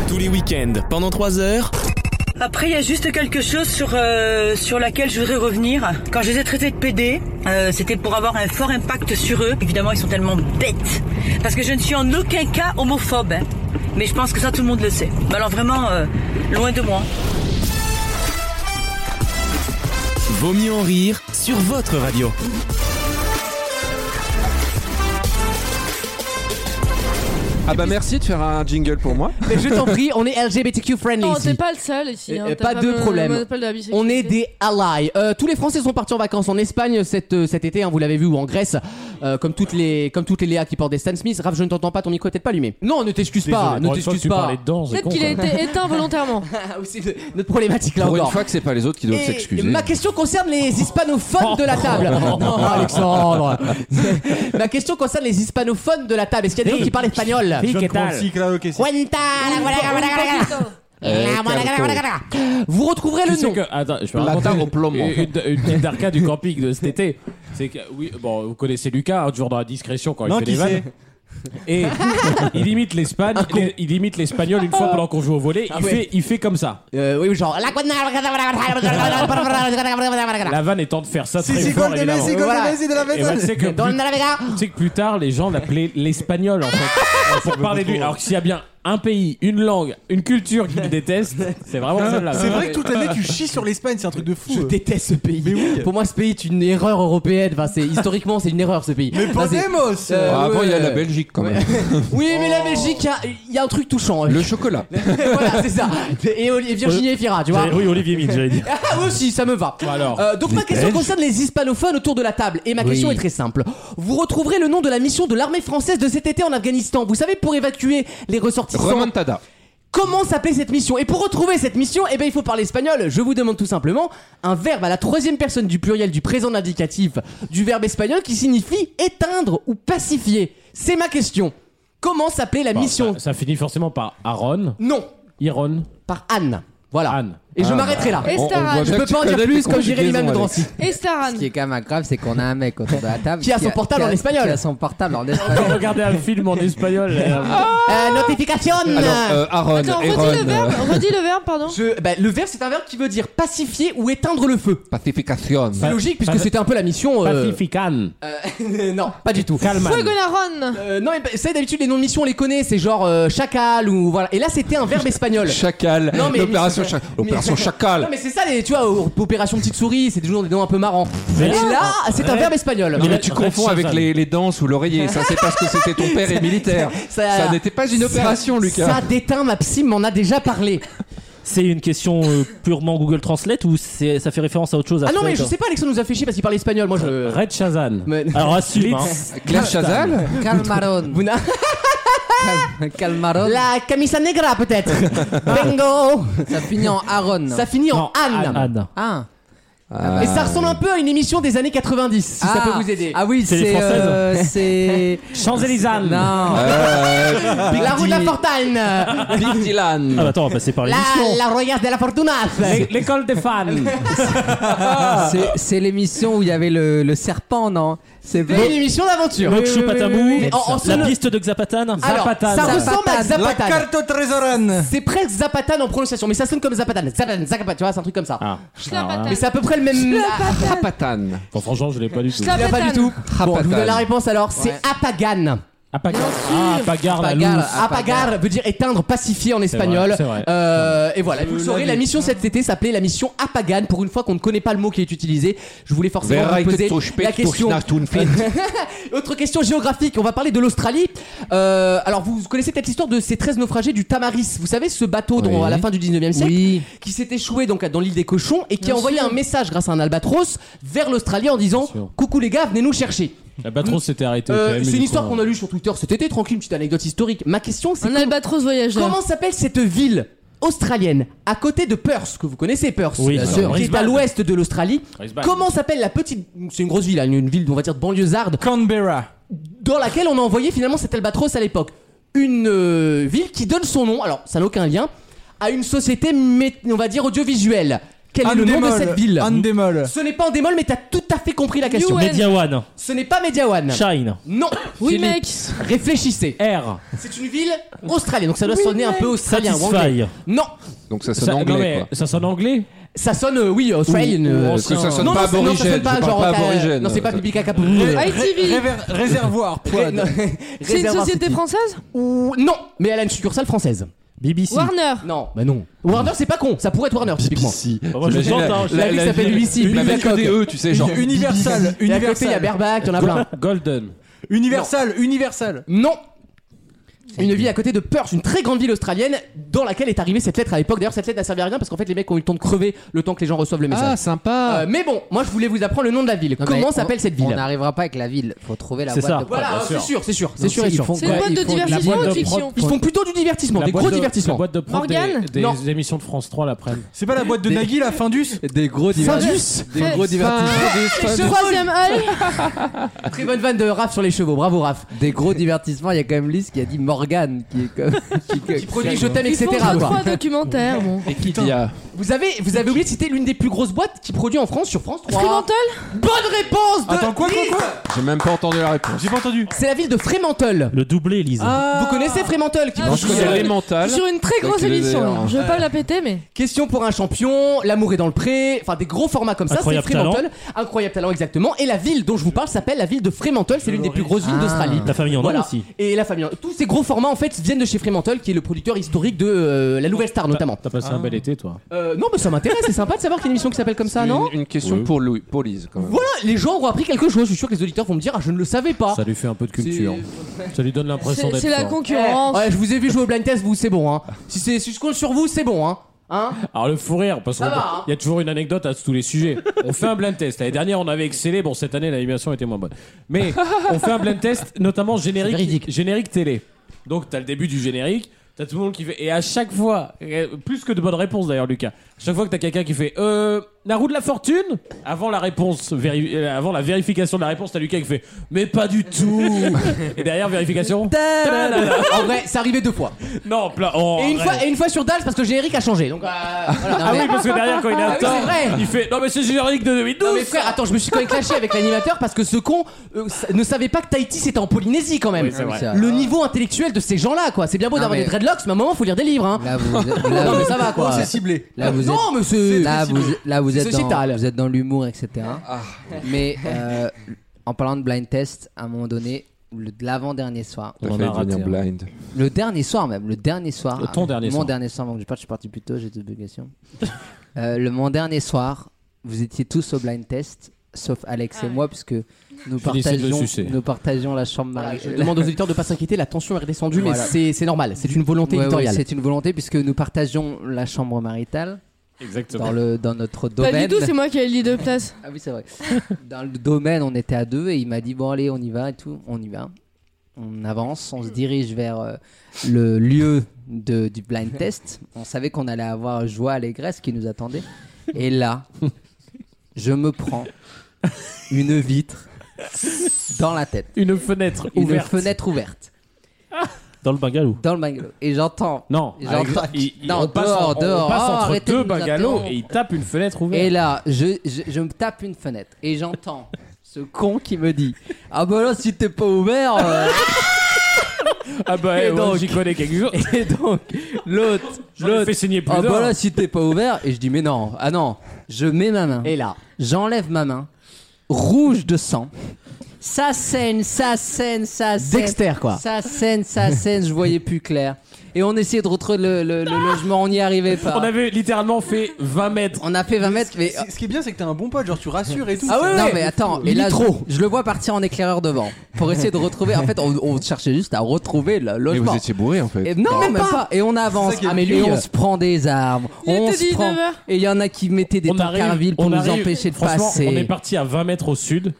A: Tous les week-ends, pendant 3 heures,
J: Après, il y a juste quelque chose sur euh, sur laquelle je voudrais revenir. Quand je les ai traités de PD, euh, c'était pour avoir un fort impact sur eux. Évidemment, ils sont tellement bêtes. Parce que je ne suis en aucun cas homophobe. hein. Mais je pense que ça, tout le monde le sait. Mais alors vraiment, euh, loin de moi.
A: Vaut mieux en rire sur votre radio.
D: Ah bah merci de faire un jingle pour moi.
B: Mais je t'en prie, on est LGBTQ friendly.
G: Non,
B: ici.
G: Oh, t'es pas le seul ici. hein,
B: Euh,
G: t'as
B: pas de
G: me-
B: problème.
G: me parle de la bisexualité.
B: On est des allies. Euh, tous les Français sont partis en vacances en Espagne cet, euh, cet été, hein, vous l'avez vu, ou en Grèce, euh, comme toutes les comme toutes les Léa qui portent des Stan Smith. Raph, je ne t'entends pas, ton micro est peut-être pas allumé. Non, ne t'excuse pas, ne
C: Pour une fois que
B: t'excuse
C: tu
B: pas.
C: parlais dedans, c'est
G: Peut-être
C: con,
G: qu'il a
C: quoi.
G: été éteint volontairement.
B: Ah, aussi, de- notre problématique là
D: Pour une
B: encore.
D: fois que c'est pas les autres qui doivent
B: Et
D: s'excuser.
B: ma question concerne les hispanophones de la table. Non, Alexandre. ma question concerne les hispanophones de la table. Est-ce qu'il y a des gens qui parlent espagnol
E: ah,
B: Cuenta la guaraga, guaraga, guaraga. La guaraga, guaraga, guaraga. Vous retrouverez
C: Tu
B: le
C: sais
B: nom.
C: que, attends, je vais
D: Plata
C: raconter
D: au
C: une-
D: plomo.
C: une, une petite arcade du camping de cet été. C'est que, oui, bon, vous connaissez Lucas, hein, toujours dans la discrétion quand
E: Non,
C: il fait des
E: qui
C: vannes.
E: c'est
C: Et il imite l'Espagne, les- il imite l'espagnol une fois pendant qu'on joue au volet.
B: Ah
C: il,
B: ouais.
C: fait, il fait comme ça.
B: Euh, oui, genre. La guaraga, guaraga,
C: La vanne étant de faire ça
E: Si,
C: très
E: si,
C: fort,
E: gol de
C: évidemment.
E: Messi, gol
B: Voilà.
E: de Messi de la
C: Et bah, tu
E: Messi.
C: sais que
B: Dans
C: plus-
B: le Naviga.
C: Tu sais que plus tard, les gens l'appelaient l'espagnol en fait. pour parler de lui. Alors que s'il y a bien un pays, une langue, une culture qu'ils détestent, c'est vraiment celle-là.
E: C'est vrai que toute l'année, tu chies sur l'Espagne, c'est un truc de fou.
B: Je
E: euh.
B: déteste ce pays.
E: Mais oui.
B: Pour moi, ce pays est une erreur européenne. Enfin, c'est historiquement, c'est une erreur ce pays.
E: Mais
B: Enfin, c'est-
E: Podemos
B: Euh,
D: Ah, avant, il y a
B: ouais.
D: la Belgique quand même.
B: Oui, mais la Belgique, il y a- il y, a un truc touchant.
D: Le chocolat.
B: voilà, c'est ça. Et, Oli- et Virginie Efira, tu vois.
H: J'allais- Oui, Olivier Mine, j'allais dire.
B: Ah, aussi, ça me va.
C: alors,
B: Euh, donc ma question concerne les hispanophones autour de la table et ma question est très simple. Vous retrouverez le nom de la mission de l'armée française de cet été en Afghanistan. Vous savez pour évacuer les ressortissants.
D: Remontada.
B: Comment s'appelait cette mission Et pour retrouver cette mission, eh ben il faut parler espagnol. Je vous demande tout simplement un verbe à la troisième personne du pluriel du présent indicatif du verbe espagnol qui signifie éteindre ou pacifier. C'est ma question. Comment s'appelait la
D: Bah,
C: bon,
B: mission
C: Ça, ça finit forcément par Aaron,
B: Non,
C: Iron,
B: par Anne. Voilà.
C: Anne.
B: Et je
D: Anne.
B: m'arrêterai là.
G: Et
D: On- on
G: Staran.
D: voit
B: Je
D: bien
B: peux
D: que tu
B: pas en dire
D: connais
B: plus
D: les
B: comme dirait
D: conjugaisons,
B: l'imam de
D: Alex.
B: Drancy.
G: Et Staran.
F: Ce qui est quand même incroyable, c'est qu'on a un mec autour de la table
B: Qui a son portable en espagnol.
F: Qui a son portable en espagnol.
C: Regardez un film en espagnol. euh,
B: Euh, notification
D: Alors, euh, Aaron,
G: Attends, redis
D: Aaron,
G: le verbe,
D: euh,
G: redis le verbe, pardon.
B: Je- bah, le verbe, c'est un verbe qui veut dire pacifier ou éteindre le feu.
D: Pacification.
B: C'est logique puisque
C: pacif-
B: c'était un peu la mission. euh,
C: Pacifican.
B: euh, non, pas du tout.
C: Calman.
G: Fuegonaron.
B: Euh, non, mais bah, vous savez, d'habitude, les noms de mission, on les connaît. C'est genre euh, chacal ou voilà. Et là, c'était un verbe espagnol.
D: Chacal.
B: Non, mais-
D: L'opération
B: mais-
D: cha- l'opération
B: Non,
D: Chacal.
B: mais c'est ça, les, tu vois, au- opération petite souris, c'est toujours des noms un peu marrants.
C: Mais
B: Et
C: là-
B: là, c'est un verbe espagnol.
D: Non, mais tu confonds avec les, les dents sous l'oreiller. Ça, c'est parce que c'était ton père et militaire.
B: Euh, ça-
D: Ça n'était pas une opération,
B: Ça- Ça
D: Lucas.
B: déteint, ma psy m'en a déjà parlé.
H: C'est une question euh, purement Google Translate ou c'est- ça fait référence à autre chose
B: Ah non,
H: après,
B: mais je
H: genre
B: sais pas, Alexandre nous a fait chier parce qu'il parle espagnol. Moi, je.
C: Red Shazan.
B: Mais-
H: Alors assume, hein.
D: Claire Chazal
F: Calmaron.
B: Vous n'a-
F: Cal- Calmaron.
B: La camisa negra, peut-être. Bingo.
F: Ça finit en Aaron.
B: Ça finit en
H: Non,
B: Anne.
H: Anne.
F: Ah.
B: Et ça ressemble un peu à une émission des années 90, si ça peut vous aider.
F: Ah oui,
H: C'est les
F: c'est.
H: Françaises.
F: euh, C'est.
H: Champs-Élysées.
F: Non.
D: Euh,
B: la roue de la Fortune La,
D: Big Dylan.
H: Ah, bah attends, on va passer par l'émission.
B: la royale de la Fortuna
C: L'école des fans.
F: C'est- C'est l'émission où il y avait le, le serpent, non C'est
B: C'est une émission d'aventure
H: Mokshu Patamou,
B: Mais en- en
H: la
B: solo-
H: piste de Xapatan.
B: Alors, ça
F: Zapatane.
B: ressemble à
E: La
B: Zapatane
E: carte au trésoran.
B: C'est presque Zapatane en prononciation, mais ça sonne comme Zapatane. Zapatane, Zapatane, tu vois, c'est un truc comme ça.
H: Ah,
B: hein. Mais c'est à peu près le même.
D: Rapatane.
C: Bon, franchement, je l'ai pas du tout.
B: Il y a pas du tout. Bon, je vous donne la
D: Rapatane.
B: réponse alors, c'est Apagan.
C: Apagar. Ah, Apagar, la
F: Apagar.
C: loose.
B: Apagar veut dire éteindre, pacifier en espagnol.
C: vrai, c'est vrai.
B: Euh, et voilà, vous le
C: Euh,
B: saurez,
C: la
B: la mission cet été s'appelait la mission Apagan. Pour une fois qu'on ne connaît pas le mot qui est utilisé, je voulais forcément
D: Verra
B: vous
D: été
B: poser
D: touche-pec,
B: la question.
D: touche-nartounfit.
B: Autre question géographique, on va parler de l'Australie. Euh, alors vous connaissez peut-être l'histoire de ces 13 naufragés du Tamaris. Vous savez ce bateau dont, à la fin du 19e siècle
F: Oui.
B: qui s'est échoué donc dans l'île des cochons et qui a envoyé un message grâce à un albatros vers l'Australie en disant
C: sûr.
B: coucou les gars venez nous chercher.
C: La patron s'était arrêtée. au
B: Euh,
C: PM,
B: c'est
C: du
B: une
C: coup,
B: histoire
C: hein.
B: qu'on a lue sur Twitter cet été tranquille une petite anecdote historique. Ma question c'est
G: Un albatros voyageur.
B: comment s'appelle cette ville australienne à côté de Perth que vous connaissez Perth
H: Oui, bien
B: qui
H: sûr.
B: est à
H: Brisbane.
B: l'ouest de l'Australie.
C: Brisbane.
B: Comment s'appelle la petite c'est une grosse ville hein, une, une ville on va dire banlieusarde
E: Canberra.
B: dans laquelle on a envoyé finalement cet albatros à l'époque. Une euh, ville qui donne son nom, alors ça n'a aucun lien, à une société, mais, on va dire, audiovisuelle. Quel est le nom de
E: Andemol.
B: cette ville
E: Andemol.
B: Ce n'est pas en démol, mais t'as tout à fait compris la question.
G: Media-
H: Mediawan.
B: Ce n'est pas Mediawan.
H: Shine.
B: Non.
G: Oui,
B: Philippe,
G: mec.
B: Réfléchissez.
H: R.
B: C'est une ville australienne, donc ça doit sonner un peu australien ou anglais.
H: Satisfy.
B: Non,
D: Donc ça sonne
C: Ça, non,
D: anglais,
C: mais
D: quoi.
C: ça sonne anglais
B: ça sonne, euh, oui, australien.
C: Ou- ou
B: euh,
D: Parce que ça
C: Non,
D: sonne
B: non,
D: pas
B: non, c'est- non, ça
D: aborigène.
B: sonne pas
D: je
B: genre.
D: parle pas
B: euh,
D: aborigène.
B: non, c'est pas Bibi Kaka
G: ITV.
E: Réver- Réservoir. Poids.
G: C'est une société française
B: Ou non, mais elle a une succursale française.
H: BBC.
G: Warner.
B: Non, bah non. Warner, c'est pas con, ça pourrait être Warner, typiquement.
H: Bah, moi, je
D: T'imagines
H: tente,
D: la-
H: hein, je-
B: La, ville s'appelle BBC,
D: La
B: Bibi
D: ville que
B: Cock.
D: des E, tu sais, genre.
E: Universal.
B: Et à côté, il y a
E: Universal.
B: Berbac, il y en a plein.
C: Golden.
E: Universal. Universal.
B: Non une ville à côté de Perth, une très grande ville australienne dans laquelle est arrivée cette lettre à l'époque. D'ailleurs, cette lettre n'a servi à rien parce qu'en fait, les mecs ont eu le temps de crever le temps que les gens reçoivent le message.
F: Ah, sympa.
B: Euh, mais bon, moi je voulais vous apprendre le nom de la ville. Comment s'appelle cette
F: On
B: ville
F: n'arrivera pas avec la ville. Faut trouver la
H: C'est
F: boîte
H: ça.
F: de prod.
B: Voilà,
C: bien
B: euh, c'est
C: sûr.
B: sûr, c'est sûr, c'est
F: Donc,
B: sûr et
F: ils
B: sûr.
F: font
G: C'est
F: quoi
G: une boîte
F: Ils
G: de
F: font la
G: divertissement
F: boîte
G: ou
F: de
G: de
F: prod.
G: fiction
B: Ils font plutôt du divertissement,
C: La
B: des
C: boîte
B: gros
C: de-
B: divertissements.
C: La boîte de prod
G: Morgane
C: des, des
B: Non.
C: émissions de France 3 l'après-midi.
E: C'est pas la boîte de Nagui, la Findus
F: Des gros
B: Findus
G: Très- Troisième œil.
B: Très bonne vanne de Raph sur les chevaux, bravo Raph.
F: Des gros divertissements, il y a quand même Lise qui a dit Morgane, qui est comme. Qui,
B: Qui produit Je t'aime,
G: Ils
B: etc.
G: font deux,
B: quoi.
G: trois documentaires. Bon.
D: Equidia.
B: Vous avez, vous avez oublié de citer l'une des plus grosses boîtes qui produit en France sur France 3.
G: Fremantle
B: Bonne réponse de
E: Attends, quoi, quoi,
B: Lise.
E: quoi
D: J'ai même pas entendu la réponse.
E: J'ai pas entendu.
B: C'est la ville de Frémantle.
H: Le doublé, Lise.
B: Vous connaissez Frémantle qui
G: Ah,
B: produit,
D: Je connais
B: euh,
D: les mentales.
G: Sur une très
D: Avec
G: grosse
D: les
G: émission.
D: airs.
G: hein. Je veux pas me la péter, mais.
B: Question pour un champion, l'amour est dans le pré, enfin des gros formats comme ça, c'est
H: Incroyable
B: Frémantle. Incroyable talent, exactement. Et la ville dont je vous parle s'appelle la ville de Frémantle, c'est l'une des plus grosses villes d'Australie.
H: La famille en
B: Voilà.
H: or aussi.
B: Et la famille. Tous ces gros formats en fait viennent de chez Fremantle, qui est le producteur historique de euh, La Nouvelle
C: Bah.
B: Star notamment.
C: T'as passé un bel été, toi.
B: Euh, non, mais ça m'intéresse, c'est sympa de savoir qu'il y a une émission qui s'appelle comme ça, non
D: Une une question pour Louis- pour Lise, quand même.
B: Voilà, les gens auront appris quelque chose. Je suis sûr que les auditeurs vont me dire, ah, je ne le savais pas.
C: Ça lui fait un peu de culture. Ça lui donne l'impression
G: C'est
C: d'être.
G: c'est la
C: fort.
G: concurrence.
B: Ouais, je vous ai vu jouer au blind test, vous, c'est bon, hein. Si, c'est- si je compte sur vous, c'est bon, hein. Hein
C: Alors le fou rire, parce qu'il
B: Ça va, hein.
C: y a toujours une anecdote à tous les sujets. On fait un blind test. L'année dernière, on avait excellé. Bon, cette année, l'animation était moins bonne. Mais on fait un blind test, notamment
B: C'est véridique.
C: générique, générique télé. Donc t'as le début du générique. T'as tout le monde qui fait. Et à chaque fois, euh, plus que de bonnes réponses d'ailleurs, Lucas. à Chaque fois que t'as quelqu'un qui fait euh, la roue de la fortune, avant la réponse, véri- euh, avant la vérification de la réponse, t'as Lucas qui fait mais pas du tout. et derrière vérification. Ta-da-da.
B: En vrai, c'est arrivé deux fois.
C: non, plein. oh,
B: Et une,
C: arrête.
B: fois, et une fois sur Dallas parce que le générique a changé. Donc, euh, voilà.
C: Ah oui, parce que derrière, quand il
B: Ah
C: a
B: oui,
C: tort,
B: c'est vrai.
C: il fait Non, mais c'est générique de 2012
B: Non mais frère, attends, je me suis quand même clashé avec l'animateur parce que ce con euh, sa- ne savait pas que Tahiti c'était en Polynésie quand même.
C: Oui, c'est vrai.
F: Ah.
B: Le niveau intellectuel de ces gens-là, quoi. C'est bien beau
F: Non,
B: d'avoir
F: mais-
B: des dreadlocks, mais à un moment faut lire des livres. Hein.
F: Là, vous, là,
B: Non mais
F: vous,
B: ça va quoi.
E: Oh, C'est ciblé.
F: là, vous êtes.
B: non mais c'est.
F: là, vous, là, vous
B: c'est
F: êtes dans,
B: sociétal. Ah.
F: vous êtes dans l'humour, etc. Mais euh, en parlant de blind test, à un moment donné, le- l'avant-dernier soir,
D: T'as
C: On en
D: failli
C: a raté,
D: devenir
C: hein.
D: blind.
F: le dernier soir même, le dernier soir,
C: Le ton
F: ah,
C: dernier
F: mon
C: soir.
F: dernier soir, donc je pas, je suis parti plus tôt, j'ai des obligations. Euh, le mon dernier soir, vous étiez tous au blind test, sauf Alex et moi, puisque
C: Finissez de
F: nous
C: le
F: partagions,
C: sucer.
F: nous partagions la chambre
B: Voilà, je
F: mariée.
B: demande aux auditeurs de pas s'inquiéter, la tension est redescendue,
F: Voilà.
B: mais c'est- c'est normal, c'est une volonté
F: Ouais, ouais,
B: éditoriale.
F: c'est une volonté puisque nous partageons la chambre maritale
C: Exactement.
F: dans le dans notre
G: Pas
F: domaine.
G: du tout, c'est moi qui ai le lit de place.
F: Ah oui, c'est vrai. Dans le domaine, on était à deux et il m'a dit Bon, allez, on y va et tout. On y va. On avance, on se dirige vers euh, le lieu de- du blind test. On savait qu'on allait avoir joie, allégresse qui nous attendait. Et là,
B: je me prends une vitre dans la tête.
C: Une fenêtre
B: Une
C: ouverte.
B: fenêtre ouverte
K: Dans le bungalow.
B: dans le bungalow. Et j'entends.
C: Non,
B: J'entends-
C: avec- il- il-
B: Non,
C: on passe,
B: dehors,
C: en- on
B: dehors.
C: passe
B: Oh,
C: entre
B: arrêtez de
C: deux
B: nous
C: bungalows
B: interrompre.
C: et il tape une fenêtre
B: Et
C: ouverte.
B: là, je, je, je me tape une fenêtre et j'entends ce con qui me dit Ah bah là, si t'es pas ouvert. euh,
C: Ah bah,
B: Et
C: eh, ouais,
B: donc-
C: j'y connais quelque chose.
B: Et donc, l'autre,
C: Je
B: l'autre.
C: fait saigner plus
B: Ah
C: d'un.
B: bah là, si t'es pas ouvert. Et je dis Mais non, ah non. Je mets ma main.
F: Et là,
B: J'enlève ma main, rouge de sang. Ça saigne, ça saigne, ça saigne.
F: Dexter quoi.
B: Ça saigne, ça saigne, je voyais plus clair. Et on essayait de retrouver le, le- le logement, on n'y arrivait pas.
C: On avait littéralement fait 20 mètres.
B: On a fait 20 mètres, mais. oh.
E: Ce qui est bien, c'est que t'es un bon pote, genre tu rassures et tout.
B: Ah non mais attends, et là je, je le vois partir en éclaireur devant pour essayer de retrouver. En fait, on, on cherchait juste à retrouver le
D: Mais
B: logement.
D: vous étiez bourré en
B: Et
D: fait.
B: non, même pas. Et on
E: C'est
B: avance.
E: ça qui est-
B: Ah, mais lui,
F: Et
B: on
F: euh,
B: se prend des armes.
G: Il
B: on
G: était
B: se prend.
G: 19h.
B: Et il y en a qui mettaient des
C: on arrive,
B: tankarville pour
C: on
B: nous
C: arrive.
B: empêcher de
C: Franchement,
B: passer.
C: On est parti à 20 mètres au sud.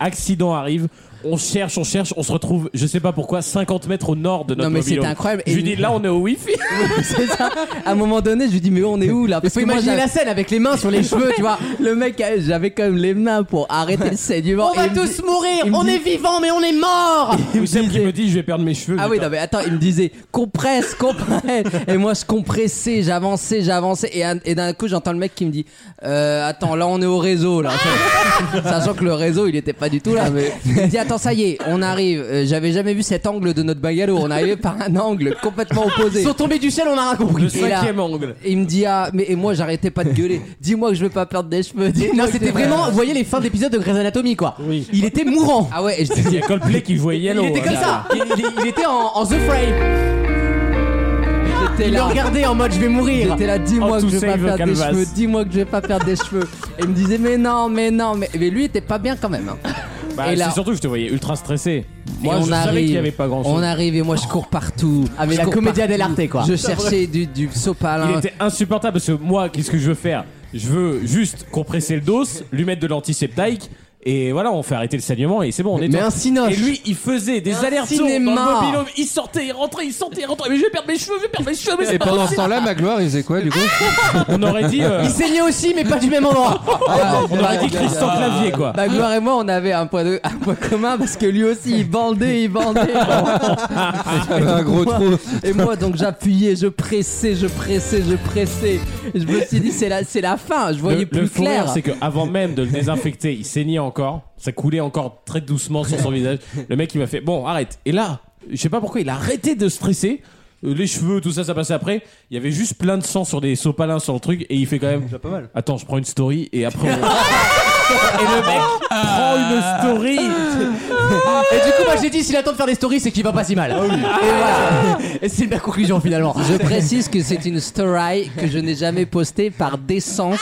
C: Accident arrive. On cherche, on cherche, on se retrouve, je sais pas pourquoi, 50 mètres au nord de
B: Non,
C: notre
B: mais
C: mobilhome.
B: c'était incroyable.
C: Je
B: Et
C: lui dis, là, on est au wifi.
B: C'est ça. À un moment donné, je lui dis mais on est où là
F: Il faut
B: que moi,
F: imaginer
B: j'avais-
F: la scène avec les mains sur les cheveux, tu vois.
B: le mec, euh, j'avais quand même les mains pour arrêter le saignement.
F: On
B: Et
F: va
B: il me
F: tous
B: dit-
F: mourir,
B: il me
F: on
B: dit-
F: est vivants mais on est morts
C: Vous savez qui me dit, je vais perdre mes cheveux.
B: Ah oui, non mais attends, il me disait compresse, compresse. et moi je compressais, j'avançais, j'avançais. Et, un- et d'un coup j'entends le mec qui me dit euh, attends là on est au réseau là. Sachant que le réseau il était pas du tout là. Il me dit attends ça y est, on arrive. Euh, J'avais jamais vu cet angle de notre bungalow. On arrivait par un angle complètement opposé.
F: Ils sont tombés du ciel, on a rien compris.
C: Le
B: Et là-
C: cinquième angle.
B: Et il me dit ah mais et moi j'arrêtais pas de gueuler. Dis-moi que je vais pas perdre des cheveux.
F: Non, c'était vraiment, vous voyez les fins d'épisode de Grey's Anatomy quoi.
C: Oui.
F: Il était mourant.
B: Ah ouais. Et je
C: Il
B: disais,
C: y a Coldplay qui voyait
F: Il
C: Yellow.
F: était
C: hein,
F: comme
C: derrière.
F: ça. Il, il- il était en, en The Frame.
B: j'étais
F: Il le
B: là.
F: regardait en mode je vais mourir.
B: J'étais là,
C: Oh,
B: dis-moi
C: to
B: que je vais pas
C: save
B: perdre
C: Calvas.
B: des cheveux, dis-moi que je vais pas perdre des cheveux. Et il me disait, mais non, mais non, mais, mais lui était pas bien quand même. hein.
C: Bah,
B: Et là-
C: c'est surtout que je te voyais ultra stressé.
B: Et
C: Moi,
B: on
C: je savais
B: arrive,
C: qu'il y avait pas grand
B: On
C: chose.
B: arrive et moi je cours partout.
F: Ah, mais
B: Je
F: la
B: cours
F: commedia
B: partout.
F: dell'arte, quoi.
B: Je cherchais du, du
C: Il
B: sopalin.
C: était insupportable parce que moi, qu'est-ce que je veux faire Je veux juste compresser le dos, lui mettre de l'antiseptique et voilà, on fait arrêter le saignement et c'est bon, on est
F: Mais
C: tout.
F: un cinoche.
C: Et lui, il faisait des allers-retours dans le
F: cinéma.
C: mobilhome. Il sortait, il rentrait, il sortait, il rentrait. Mais je vais perdre mes cheveux, je vais perdre mes cheveux. Mais c'est
D: Et
C: pas
D: pendant ce
C: possible.
D: temps-là, Magloire, il faisait quoi du coup
C: on aurait dit, euh,
F: Il saignait aussi mais pas du même endroit.
C: on aurait dit Christian Clavier quoi.
B: Bah, Gloire et moi, on avait un point, de, un point commun parce que lui aussi, il bandait, il bandait.
D: Un gros trou.
B: Et moi, donc, j'appuyais, je pressais, je pressais, je pressais. Je me suis dit, c'est la, c'est la fin. Je voyais
C: le,
B: plus
C: le fou rire,
B: clair.
C: c'est qu'avant même de le désinfecter, il saignait encore. Ça coulait encore très doucement sur son visage. Le mec, il m'a fait Bon, arrête. Et là, je sais pas pourquoi, il a arrêté de stresser. Euh, Les cheveux, tout ça, ça passait après. Il y avait juste plein de sang sur des sopalins sur le truc. Et il fait quand même
E: pas mal.
C: Attends, je prends une story et après. on- et le mec prend une story.
F: Et du coup, moi j'ai dit s'il attend de faire des stories, c'est qu'il va pas si
C: Ah
F: mal. Et voilà. Et c'est une belle conclusion finalement.
B: Je précise que c'est une story que je n'ai jamais postée par décence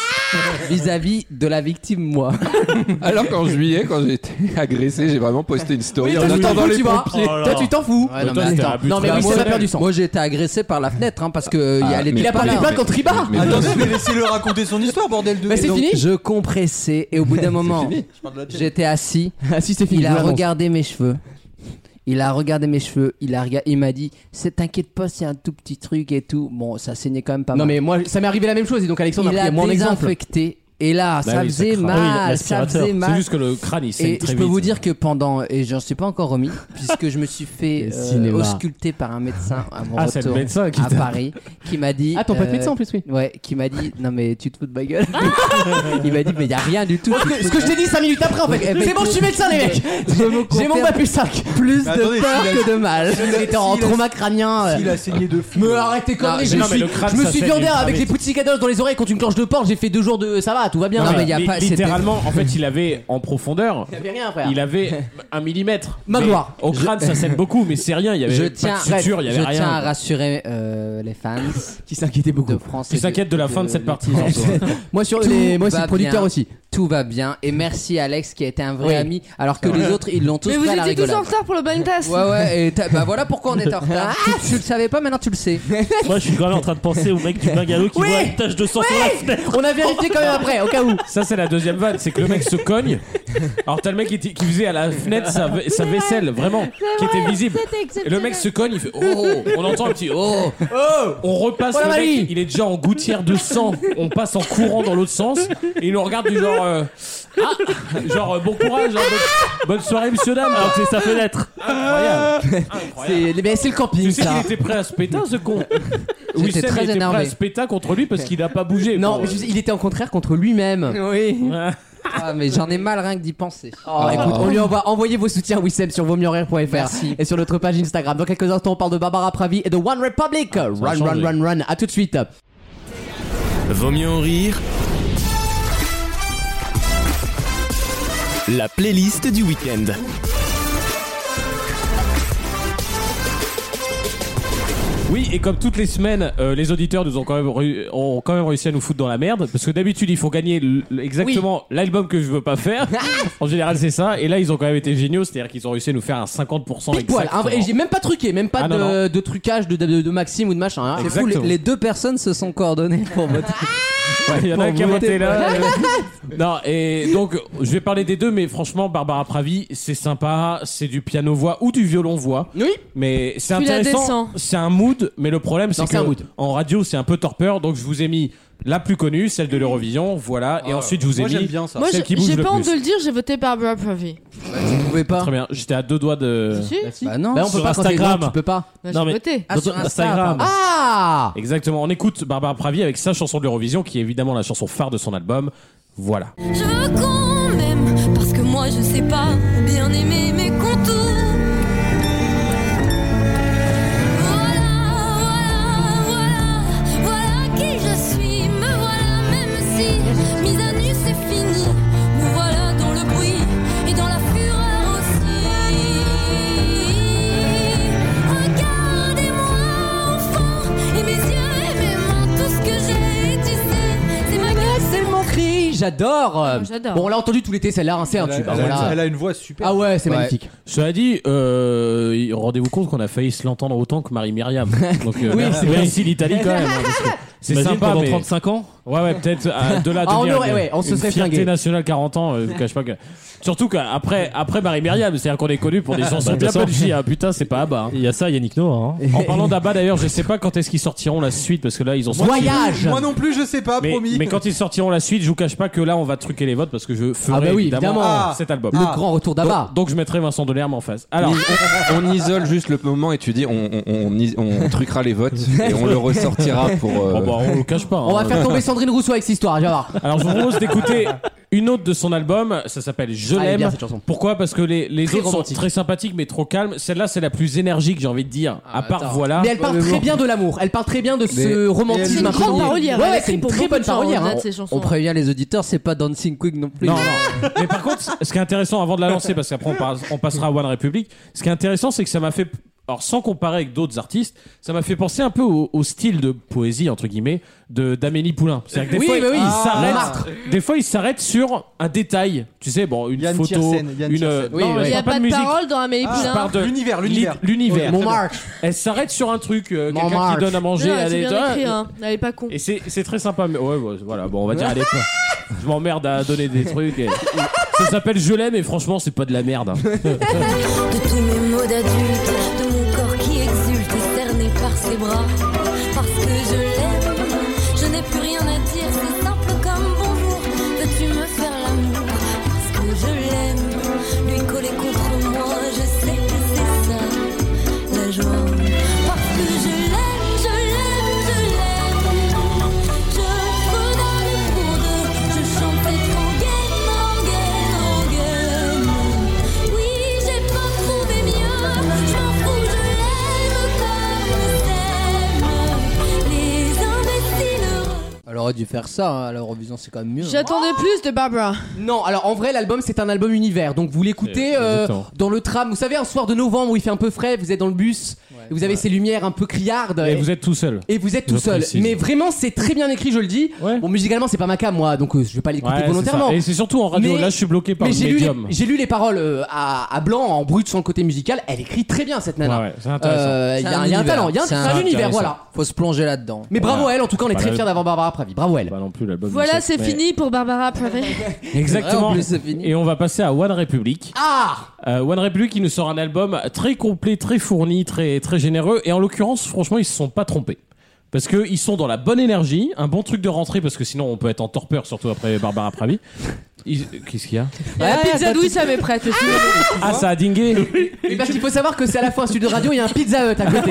B: vis-à-vis de la victime, moi.
D: Alors qu'en juillet, quand j'ai été agressé, j'ai vraiment posté une story
F: toi,
D: en
F: tu t'en
D: attendant
F: fous,
D: les
F: tu vois.
D: pompiers.
F: Toi, tu t'en fous.
B: Ouais, non,
C: Toi,
B: mais
C: c'était
B: attends.
C: à but
F: Non, mais oui,
C: personnel.
F: ça va perdre du sang.
B: Moi j'ai été agressé par la fenêtre hein, parce que euh, il y a les
D: mais-
F: Ah, Il a porté
D: Mais-
F: plainte contre Ibar.
B: bah,
D: Mais- mais-
E: Attendez, mais laissez-le raconter son histoire, bordel de.
F: Mais c'est
B: Donc,
F: fini
B: Je compressais et au bout d'un moment, j'étais assis.
F: Ah si, c'est
B: Il a
F: Vraiment.
B: regardé mes cheveux. Il a regardé mes cheveux. Il a rega- Il m'a dit, c'est t'inquiète pas, c'est un tout petit truc et tout. Bon, ça saignait quand même pas
F: Non,
B: mal.
F: mais moi, ça m'est arrivé la même chose. Et donc, Alexandre
B: il
F: a
B: a
F: pris mon exemple.
B: désinfecté. Et là,
C: Bah
B: ça,
C: oui,
B: faisait
C: craint. Ah oui,
B: mal, ça
C: l'aspirateur.
B: faisait mal.
C: C'est juste que le crâne, il saigne
B: Et
C: très
B: je peux
C: vite.
B: vous dire que pendant, et j'en suis pas encore remis, puisque je me suis fait
F: Le
B: euh,
F: cinéma.
B: ausculter par un médecin à mon
C: Ah, c'est le
B: retour
C: médecin qui
B: à
C: t'a-
B: Paris, qui m'a dit.
F: Ah, ton pas de
B: euh,
F: médecin en plus, oui. Ah
B: Ouais, qui m'a dit, non mais tu te fous de ma gueule. Il m'a dit, mais y a rien du tout. tu te fous
F: Ce que
B: de-
F: je t'ai dit 5 minutes après en fait.
B: Ouais,
F: C'est bon,
B: mais-
F: je suis médecin les mecs.
B: Je me
F: J'ai mon
B: confirme
F: bac plus 5.
B: plus
E: Mais
B: de
E: attendez,
B: peur
E: s'il a-
B: que de mal.
F: J'étais en
E: s'il a-
F: trauma crânien.
E: Il
F: euh.
E: a saigné de fou.
F: Me arrêtez conneries.
B: Non,
F: Je
C: mais
F: me
C: le
F: suis,
C: crâne,
F: je me
C: ça
F: suis
C: saigne
F: viandé
C: ultra
F: avec les
C: vite.
F: poutsicados dans les oreilles contre une clanche de porte. J'ai fait deux jours de ça va, tout va bien.
B: Non, mais y a
C: li-
B: pas- c'était-
C: littéralement, en fait, il avait en profondeur,
F: Il avait rien frère.
C: Il avait un millimètre.
F: Magloire.
C: Mais Au crâne, ça saigne beaucoup, mais c'est rien. Il y avait
B: Je
C: pas
B: tiens,
C: de suture, il y
B: je
C: avait rien.
B: tiens à rassurer euh, les fans
F: Qui s'inquiétait beaucoup.
B: de France.
C: Tu
B: et
C: s'inquiètes de la fin de cette partie. Jean-Paul.
F: Moi sur
B: Tout
F: les, moi aussi
B: va
F: le producteur
B: bien.
F: aussi.
B: Tout va bien. Et merci Alex qui a été un vrai
F: Oui.
B: ami, alors que les autres ils l'ont tous
G: Mais
B: fait
G: vous
B: à la
G: étiez tous en
B: rigolade.
G: retard pour le bain tasse.
B: Ouais ouais et t'as- bah voilà pourquoi on est en retard.
F: Ah.
B: tu, tu le savais pas maintenant tu le sais.
K: Moi, je suis quand même en train de penser au mec du bungalow qui
F: Oui
K: voit une tache de sang sur la fenêtre.
F: On a vérifié quand même après, au cas où.
C: Ça, c'est la deuxième vanne. C'est que le mec se cogne. Alors, t'as le mec qui, t- qui faisait à la fenêtre sa, ve- sa vaisselle, vraiment, qui était visible. Et le mec se cogne, il fait Oh On entend un petit Oh On repasse
F: Oh la
C: le mec,
F: Marie
C: il est déjà en gouttière de sang. On passe en courant dans l'autre sens. Et il nous regarde du genre genre. euh, ah Genre, euh, bon courage, hein, bonne, bonne soirée, monsieur dame. Alors Ah, c'est sa fenêtre. Incroyable. Incroyable.
B: C'est mais c'est le camping
C: Tu sais
B: ça.
C: qu'il était prêt à se péter, ce con. Oui,
B: J'étais très
C: était prêt à
B: énervé.
C: se péter contre lui parce qu'il n'a pas bougé. euh,
B: Non,
C: quoi.
B: mais je- il était au contraire contre lui-même.
F: Oui.
C: Ouais.
F: Ah, mais j'en ai mal rien que d'y penser.
B: Oh,
C: Ah.
B: écoute, on lui envoie envoyez vos soutiens à Wissem sur vosmieuxenrire.fr
F: Merci.
B: et sur notre page Instagram. Dans quelques instants, on parle de Barbara Pravi et de One Republic. Run,
C: Ah, a
B: run,
C: changé.
B: run, run. À tout de suite.
L: Vaut mieux en rire. La playlist du week-end.
C: Oui, et comme toutes les semaines, euh, les auditeurs nous ont quand, même reu- ont quand même réussi à nous foutre dans la merde. Parce que d'habitude, ils font gagner l- exactement l'album que je veux pas faire. en général, c'est ça. Et là, ils ont quand même été géniaux. C'est-à-dire qu'ils ont réussi à nous faire un 50%
B: Pile poil.
C: exactement.
B: hein, et j'ai même pas truqué, même pas
C: Ah,
B: de,
C: non,
B: de trucage de, de- de Maxime ou de machin. hein.
C: Exact.
F: Du coup, les,
C: Exactement. Ah.
F: les deux personnes se sont coordonnées pour voter.
C: Ouais, Il y en a
F: Pour
C: qui a voté
F: voter
C: là. non, et donc, je vais parler des deux, mais franchement, Barbara Pravi, c'est sympa. C'est du piano-voix ou du violon-voix.
B: Oui.
C: Mais c'est
M: Tu la
C: intéressant.
M: descends.
C: C'est un mood, mais le problème, c'est
B: c'est un
C: que
B: mood.
C: en radio, c'est un peu torpeur. Donc, je vous ai mis la plus connue, celle de l'Eurovision. Voilà. Et ensuite, je vous ai
E: Moi,
C: mis.
E: j'aime bien ça.
M: Moi,
C: Celle
M: j'ai
C: qui bouge
M: j'ai
C: le
M: pas honte
C: plus.
M: de le dire, j'ai voté Barbara Pravi.
F: Vous pouvez pas.
C: Très bien. J'étais à deux doigts de.
M: Si
F: Bah non.
B: Bah, on peut
C: Sur
B: pas quand t'es grand,
C: Instagram.
B: tu peux pas.
M: Bah,
C: Non,
M: J'ai
C: mais-
M: voté.
F: Ah, sur
C: Dans-
F: Insta,
C: Instagram.
F: pardon.
B: Ah
C: Exactement. On écoute Barbara Pravi avec sa chanson de l'Eurovision, qui est évidemment la chanson phare de son album. Voilà.
G: Je veux qu'on m'aime parce que moi je sais pas bien aimer mes contours. Voilà, voilà, voilà, voilà qui je suis. Me voilà même si mise à nu c'est fini. Me voilà dans le bruit et dans la fureur aussi. Regardez-moi enfant et mes yeux et mes mains tout ce que j'ai. Tu sais, c'est ma gueule, c'est mon
B: Cri, j'adore.
M: moi, j'adore.
B: Bon, on l'a entendu tout l'été, celle-là, hein, c'est un
E: Elle a-
B: tube. hein,
E: Bah, elle a-
B: voilà.
E: Elle a une voix super.
B: Ah ouais, c'est
F: Ouais.
B: magnifique.
C: Cela dit, euh, rendez-vous compte qu'on a failli se l'entendre autant que Marie Myriam. Donc,
B: Oui,
C: euh,
B: c'est
C: merci
B: vrai.
C: ici l'Italie quand même. hein, parce que C'est
N: Imagine
C: sympa,
N: pendant
C: mais
N: 35 ans.
C: ouais, ouais, peut-être euh, de là
B: Ah, on
C: devenir
B: aurait-
C: une-
B: ouais, on se
C: une
B: serait
C: fierté
B: flingué.
C: nationale 40 ans. euh, je vous cache pas que. Surtout qu'après, après Marie Myriam, c'est-à-dire qu'on est connu pour des chansons
N: Bah,
C: de
N: bien
C: la
N: sûr.
C: bonne fille, hein. Putain, c'est pas Abba. hein.
N: Il y a ça, Yannick Noah. hein.
C: En parlant d'Abba d'ailleurs, je sais pas quand est-ce qu'ils sortiront la suite parce que là ils ont sorti-
B: Voyage
E: Moi non plus, je sais pas,
C: Mais,
E: promis.
C: mais quand ils sortiront la suite, je vous cache pas que là on va truquer les votes parce que je ferai
B: Ah bah oui,
C: évidemment, Ah.
B: évidemment.
C: cet album.
B: Le grand retour d'Abba.
C: donc, donc je mettrai Vincent Delerme en face. Alors,
D: On isole juste le moment et tu dis on, on, on is- on truquera les votes et on le ressortira pour. euh,
C: oh, bah, on le cache pas.
B: On va
C: hein.
B: faire tomber Sandrine Rousseau avec cette histoire, tu vas voir.
C: Alors je vous propose d'écouter une autre de son album, ça s'appelle Je
B: Ah, elle est
C: l'aime.
B: bien, cette chanson.
C: Pourquoi Parce que les, les
B: Très
C: autres sont
B: romantique.
C: très sympathiques mais trop calmes. Celle-là c'est la plus énergique j'ai envie de dire. à part
F: attends.
C: voilà.
B: Ah, Mais elle parle très bien de l'amour, elle parle très bien de ce romantisme.
M: C'est une grande
B: infini.
M: parolière.
B: Ouais,
M: elle écrit
B: ouais, hein. c'est une
M: pour
B: très
M: beaucoup de
B: bonne
M: gens,
B: parolière.
M: au-delà
B: hein.
M: de ses chansons.
F: On prévient les auditeurs, c'est pas Dancing Queen non plus.
C: Non, non. Mais par contre, ce qui est intéressant avant de la lancer, parce qu'après on, par- on passera à One Republic, ce qui est intéressant, c'est que ça m'a fait. Alors, sans comparer avec d'autres artistes, ça m'a fait penser un peu au, au style de poésie, entre guillemets, de d'Amélie Poulain. C'est-à-dire que des
B: Oui,
C: fois,
B: mais oui.
C: il
B: Ah,
C: s'arrête. Des fois, il s'arrête sur un détail. Tu sais, bon, une
E: Yann
C: photo,
E: Tiersen, Yann
C: une.
E: Tiersen.
B: Oui,
C: non, mais
B: oui.
M: Il
C: je
M: n'y a
C: parle pas
M: pas
C: de
M: de
C: musique.
M: parole dans Amélie
E: Ah,
C: Je
M: Poulain.
C: parle de
E: L'univers, l'univers.
C: l'id- l'univers.
B: Mon marque.
C: Elle s'arrête sur un truc, euh,
B: Mon
C: quelqu'un
B: Marc.
C: qui donne à manger.
M: Non,
C: elle
M: c'est
C: est-
M: bien écrit, hein. Elle est pas con.
C: Et c'est c'est très sympa, mais ouais, ouais, voilà, bon, on va dire à l'époque. Je m'emmerde à donner des trucs. et- Ça s'appelle Je l'aime, et franchement, c'est pas de la merde. hein.
G: De tous mes mots d'adulte, de mon corps qui exulte et cerné par ses bras. Parce que je l'aime, je n'ai plus rien à dire, c'est simple comme bonjour. Veux-tu me faire l'amour Parce que je l'aime, lui coller contre moi, je sais que c'est ça, la joie. Parce que je l'aime, je l'aime, je l'aime. Je redonne pour deux, je chante cette rengaine, rengaine, rengaine. Oui, j'ai pas trouvé mieux, je m'en fous, je l'aime comme t'aime. Les imbéciles heureux.
F: Elle aurait dû faire ça, hein, à l'Eurovision, c'est quand même mieux.
M: J'attendais plus de Barbara.
B: Non, alors en vrai, l'album c'est un album univers. Donc vous l'écoutez
C: Euh,
B: euh,
C: exactement.
B: dans le tram. Vous savez, un soir de novembre où il fait un peu frais, vous êtes dans le bus, et vous avez ces lumières un peu criardes.
C: Et vous êtes tout seul.
B: et vous êtes
C: Je
B: tout seul.
C: précise.
B: Mais vraiment, c'est très bien écrit, je le dis.
C: Ouais.
B: Bon, musicalement, c'est pas ma cam, moi, donc euh, je vais pas l'écouter
C: Ouais, c'est
B: volontairement.
C: ça. Et c'est surtout en radio.
B: Mais-
C: Là, je suis bloqué par
B: Mais
C: le
B: j'ai lu, les,
C: médium.
B: j'ai lu les paroles euh, à, à blanc, en brut, sans le côté musical. Elle écrit très bien cette
C: Ouais,
B: nana.
C: ouais, c'est intéressant.
B: Euh, Il y,
F: C'est
B: a
F: un
B: un- il y a un
F: univers.
B: talent, il y a un,
F: C'est
B: c'est un
F: un
B: univers,
C: intéressant.
B: voilà.
F: Faut se plonger là-dedans.
B: Mais bravo à
C: Voilà.
B: elle, en tout cas, on est
C: Bah,
B: très
C: la-
B: fiers d'avoir Barbara Pravi. Bravo à elle.
C: Pas non plus l'album.
M: Voilà,
C: du
M: c'est
C: siècle, mais-
M: fini pour Barbara Pravi.
C: Exactement.
F: En plus, c'est fini.
C: Et on va passer à One Republic.
B: Ah
C: Euh, One Republic, il nous sort un album très complet, très fourni, très très généreux. Et en l'occurrence, franchement, ils se sont pas trompés. Parce que ils sont dans la bonne énergie, un bon truc de rentrée, parce que sinon on peut être en torpeur, surtout après Barbara Pravi. il- Qu'est-ce qu'il y a
E: Ah,
G: La pizza douille, ça m'est prête aussi.
C: Ah, ça a dingué
B: Mais parce qu'il faut savoir que c'est à la fois un studio de radio et un pizza hut à côté.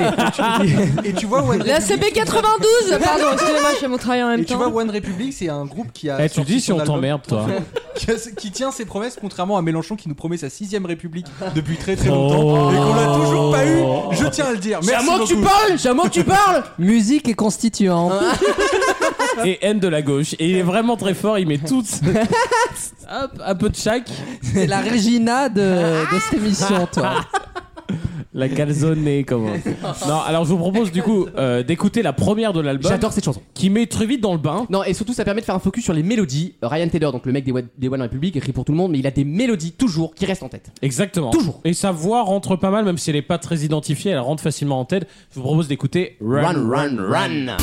E: Et tu vois, One
G: La CP92 Pardon, excusez-moi, je fais mon travail en même
E: Et tu
G: temps.
E: vois, One Republic, c'est un groupe qui a.
C: Eh, tu
E: sorti
C: dis si
E: son
C: on
E: album-
C: t'emmerde, toi.
E: qui, a- qui tient ses promesses, contrairement à Mélenchon qui nous promet sa sixième République depuis très très
B: Oh.
E: longtemps et qu'on l'a toujours pas eu. Je tiens à le dire.
B: C'est à
E: Merci
B: moi que tu
E: beaucoup.
B: parles C'est à moi que tu parles
F: Musique et constituant.
C: et haine de la gauche. Et il est vraiment très fort, il met toutes. Hop, un peu de chaque.
F: C'est la Regina
B: Ah.
F: de, de cette
C: Ah.
F: émission, toi.
C: La calzone, comment Non, alors je vous propose du coup euh, d'écouter la première de l'album.
B: J'adore cette chanson.
C: Qui met très vite dans le bain.
B: Non, et surtout, ça permet de faire un focus sur les mélodies. Euh, Ryan Taylor, donc le mec des, Wa- des One Republic, écrit pour tout le monde, mais il a des mélodies toujours qui restent en tête.
C: Exactement.
B: Toujours.
C: Et sa voix rentre pas mal, même si elle n'est pas très identifiée, elle rentre facilement en tête. Je vous propose d'écouter
B: Run, run, run.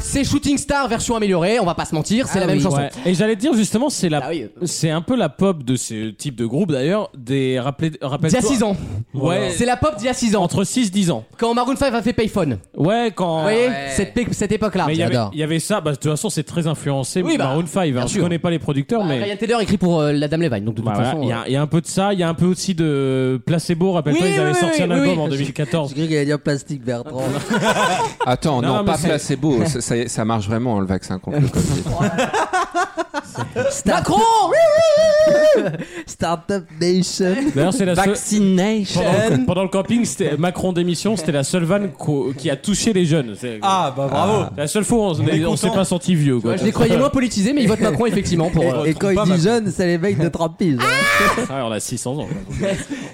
B: C'est Shooting Star version améliorée, on va pas se mentir,
F: Ah
B: c'est la même chanson.
C: Ouais. Et j'allais te dire justement, c'est la,
B: Ah oui, euh,
C: c'est un peu la pop de ce type de groupe d'ailleurs. Des rappelez, rappelle
B: D'il y a 6 ans.
C: Ouais.
B: C'est la pop d'il y a 6 ans.
C: Entre 6-10 ans.
B: Quand Maroon 5 a fait Payphone.
C: Ah Ouais, quand.
B: Vous voyez cette, pe- cette époque-là.
C: Mais il y avait-
B: J'adore.
C: il y avait ça, bah, de toute façon c'est très influencé
B: Oui, bah,
C: Maroon 5, hein.
B: bien
C: je
B: sûr.
C: connais pas les producteurs mais...
B: Ryan Taylor écrit pour euh, la Dame Levagne, donc de toute
C: Bah, voilà,
B: façon.
C: il y
B: euh,
C: a- il y, a un peu de ça, il y a un peu aussi de Placebo, rappelle-toi,
B: Oui,
C: ils avaient
B: oui,
C: sorti
B: oui,
C: un
B: oui,
C: album
B: oui.
C: en 2014.
F: qu'il allait dire plastique, Bertrand.
D: Attends,
C: Non,
D: non,
C: mais
D: pas
C: c'est-
D: placebo, ça, ça- ça marche vraiment hein, le vaccin contre le Covid.
B: Macron
F: Startup Nation.
C: D'ailleurs, c'est la seule-
F: Vaccination.
C: Pendant, pendant le camping, c'était Macron démission, c'était la seule vanne qu'au- qui a touché les jeunes. C'est-
E: Ah bah bravo.
C: La seule fois où on, on s'est pas senti vieux. Quoi.
B: Ouais, je les croyais moins politisés, mais ils votent Macron effectivement pour. euh,
F: Et, et quand il dit jeune, c'est les mecs de hein. 30 piges.
C: Ah, on a 600 ans. quoi.